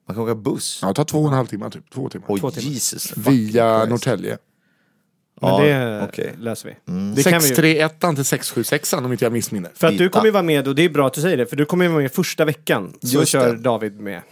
Speaker 3: Man kan åka buss.
Speaker 1: Ja, tar två och en halv timme typ. Två timmar.
Speaker 3: Oj,
Speaker 2: två timmar.
Speaker 3: Jesus.
Speaker 1: Via
Speaker 3: Christ.
Speaker 1: Norrtälje.
Speaker 2: Men
Speaker 3: Ja,
Speaker 2: det
Speaker 3: okej. Mm.
Speaker 2: löser vi. Det kan vi ju.
Speaker 1: 631 till 676 an om inte jag missminner.
Speaker 2: För att du
Speaker 3: Hitta.
Speaker 2: kommer ju vara med, och det är bra att du säger det, för du kommer ju vara med första veckan. Så
Speaker 3: Just
Speaker 2: kör
Speaker 3: det.
Speaker 2: David med.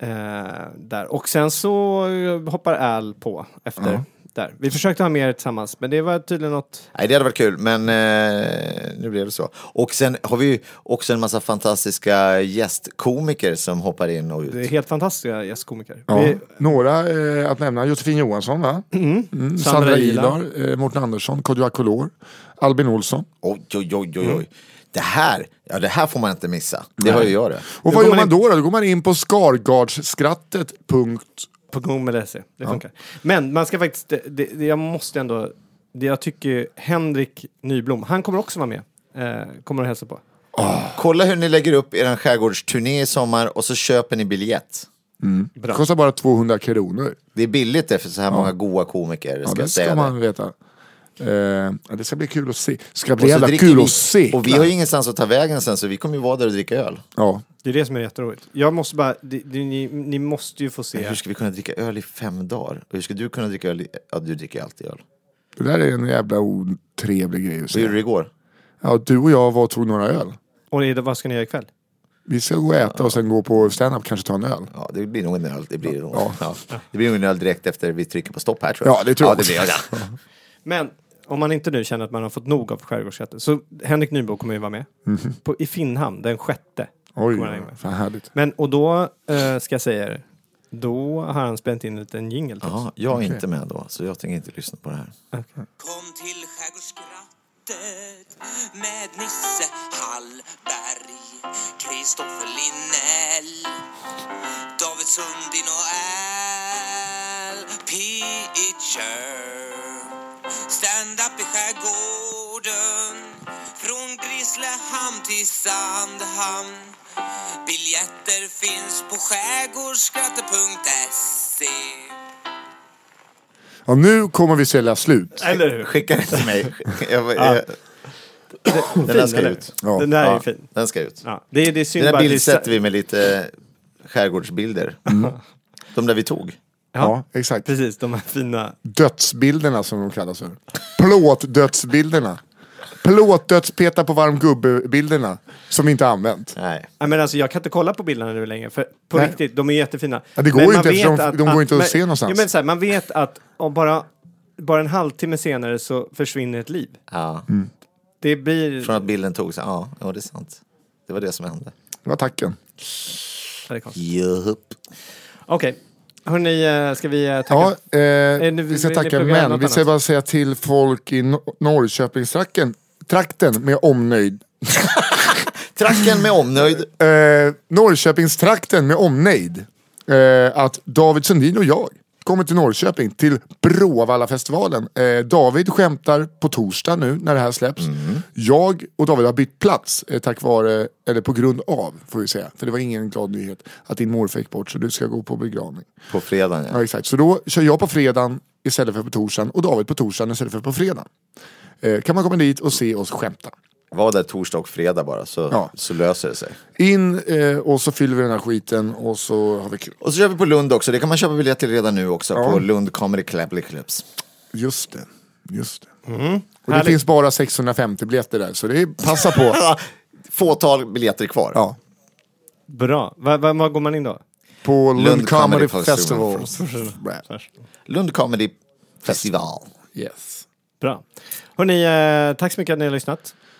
Speaker 2: Eh, där. Och sen så hoppar Al på efter. Där. Vi försökte ha med er tillsammans, men det var tydligen något
Speaker 3: Nej, det hade varit kul, men eh, nu blev det så. Och sen har vi ju också en massa fantastiska gästkomiker som hoppar in och ut.
Speaker 2: Det är helt fantastiska gästkomiker.
Speaker 1: Ja.
Speaker 2: Vi,
Speaker 1: Några eh, att nämna, Josefin Johansson va? Mm. Sandra,
Speaker 2: Sandra Ilar.
Speaker 1: Ilar, eh, Mårten Andersson, Kodjo Akolor, Albin Olsson.
Speaker 3: Oj, oj, oj, oj,
Speaker 1: Mm.
Speaker 3: oj. Det här, ja det här får man inte missa. Det har ju jag det.
Speaker 1: Och
Speaker 2: går
Speaker 1: vad gör
Speaker 2: man
Speaker 1: man
Speaker 2: in-
Speaker 1: då? då? Då går man in på skargardsskrattet.
Speaker 2: på gång med det. Det funkar. Men man ska faktiskt, det, det, jag måste ändå, det jag tycker ju Henrik Nyblom, han kommer också vara med. Eh, kommer att hälsa på.
Speaker 3: Kolla hur ni lägger upp er skärgårdsturné i sommar och så köper ni biljett.
Speaker 1: Det kostar bara 200 kronor.
Speaker 3: Det är billigt det för så här många goa komiker.
Speaker 1: Ja,
Speaker 3: Ska
Speaker 1: det
Speaker 3: jag säga
Speaker 1: ska man
Speaker 3: det.
Speaker 1: veta. Eh, ja, det ska bli kul att se. Ska
Speaker 3: Och
Speaker 1: bli
Speaker 3: så
Speaker 1: jävla
Speaker 3: dricker
Speaker 1: kul
Speaker 3: vi-
Speaker 1: att se.
Speaker 3: Och vi har ju ingenstans att ta vägen sen så vi kommer ju vara där och dricka öl.
Speaker 1: Ja.
Speaker 2: Det är det som är jätteroligt. Jag måste bara, det, det, ni, ni måste ju få se.
Speaker 3: Hur ska vi kunna dricka öl i fem dagar? Och hur ska du kunna dricka öl? I... Ja, du dricker ju alltid öl.
Speaker 1: Det där är en jävla otrevlig grej att
Speaker 3: Vad gjorde
Speaker 1: säga.
Speaker 3: du igår?
Speaker 1: Ja, du och jag var och tog några öl.
Speaker 2: Och det, vad ska ni göra ikväll?
Speaker 1: Vi ska gå och äta och sen gå på stand-up kanske ta en öl.
Speaker 3: Ja, det blir nog en öl. Det blir, nog. Ja. det blir nog en öl direkt efter vi trycker på stopp här tror jag.
Speaker 1: Ja, det tror jag
Speaker 3: det blir,
Speaker 1: också.
Speaker 3: det.
Speaker 2: Men om man inte nu känner att man har fått nog av skärgårdsskatten. Så Henrik Nybo kommer ju vara med på, i Finnhamn den sjätte.
Speaker 1: Oj,
Speaker 2: kommer han ju vara med.
Speaker 1: fan härligt.
Speaker 2: Men och då eh, ska jag säga er, då har han spänt in en liten jingle till oss.
Speaker 3: Ja, jag är inte med då, så jag tänker inte lyssna på det här.
Speaker 5: Kom till Skärgårdsskrattet med Nisse Hallberg, Kristoffer Linnell, David Sundin och Al Pitcher. Stand up i skärgården från Grisslehamn till Sandhamn. Biljetter finns på skärgårdsskrattet.se.
Speaker 1: Ja, nu kommer vi sälja slut.
Speaker 2: Eller hur?
Speaker 3: Skicka det till mig. Jag, jag, den där
Speaker 2: Fin,
Speaker 3: ska
Speaker 2: eller?
Speaker 3: ut.
Speaker 1: Ja.
Speaker 2: Den där är
Speaker 3: Ja,
Speaker 2: fin.
Speaker 3: Den ska ut.
Speaker 2: Ja, det, är- det är synd
Speaker 3: Den där
Speaker 2: bara att
Speaker 3: bildsätter
Speaker 2: det
Speaker 3: vi med lite skärgårdsbilder. De där vi tog.
Speaker 1: Ja, exakt.
Speaker 2: Precis, de här fina.
Speaker 1: Dödsbilderna som de kallas för. Plåtdödsbilderna. Plåtdödspeta på varm gubbe-bilderna. Som inte är använt.
Speaker 3: Nej.
Speaker 2: Nej, men alltså, jag kan inte kolla på bilderna nu längre, för på
Speaker 1: Nej.
Speaker 2: riktigt, de är jättefina.
Speaker 1: Ja, det går
Speaker 2: Men
Speaker 1: ju
Speaker 2: man
Speaker 1: inte
Speaker 2: vet
Speaker 1: eftersom de går inte att
Speaker 2: men,
Speaker 1: se någonstans.
Speaker 2: Jo, men så här, man vet att om bara, bara en halvtimme senare så försvinner ett liv.
Speaker 3: Ja.
Speaker 2: Det blir...
Speaker 3: Mm. Från att bilden togs. Ja, ja, det är sant. Det var det som hände.
Speaker 1: Det var tacken.
Speaker 2: Ja, det är konstigt.
Speaker 3: Jupp.
Speaker 2: Okej, hörni, eh, ska vi eh, tacka?
Speaker 1: Ja,
Speaker 2: Eh,
Speaker 1: eh,
Speaker 2: nu-
Speaker 1: vi ska
Speaker 2: vill ni
Speaker 1: tacka
Speaker 2: plugga
Speaker 1: men
Speaker 2: något
Speaker 1: vi ska
Speaker 2: annat?
Speaker 1: bara säga till folk i Nor- Norrköpingstrakten trakten med omnöjd.
Speaker 3: Tracken med omnöjd.
Speaker 1: Eh, Norrköpingstrakten med omnejd. Eh, att David Sundin och jag kommer till Norrköping till Bråvallafestivalen. Eh, David skämtar på torsdag nu när det här släpps. Jag och David har bytt plats eh, tack vare, eller på grund av får vi säga. För det var ingen glad nyhet att din morfar gick bort så du ska gå på begravning.
Speaker 3: På fredagen, ja.
Speaker 1: Ja exakt, så då kör jag på fredagen istället för på torsdagen och David på torsdagen istället för på fredagen. Eh, kan man komma dit och se oss skämta.
Speaker 3: Var där torsdag och fredag bara så,
Speaker 1: Ja.
Speaker 3: så löser det sig.
Speaker 1: In eh, och så fyller vi den här skiten och så har vi kul.
Speaker 3: Och så kör vi på Lund också. Det kan man köpa biljett till redan nu också. På Lund Comedy Club Clubs.
Speaker 1: Just det, just det. Och det
Speaker 2: Härligt.
Speaker 1: finns bara 650 biljetter där så det är, passa på.
Speaker 3: Fåtal biljetter kvar.
Speaker 1: ja.
Speaker 2: Bra. Var, var, var går man in då?
Speaker 1: På Lund,
Speaker 3: Lund
Speaker 1: Comedy,
Speaker 3: Comedy
Speaker 1: Festival.
Speaker 3: Lund Comedy Festival.
Speaker 1: Yes.
Speaker 2: Bra. Hörni, eh, tack så mycket att ni har lyssnat.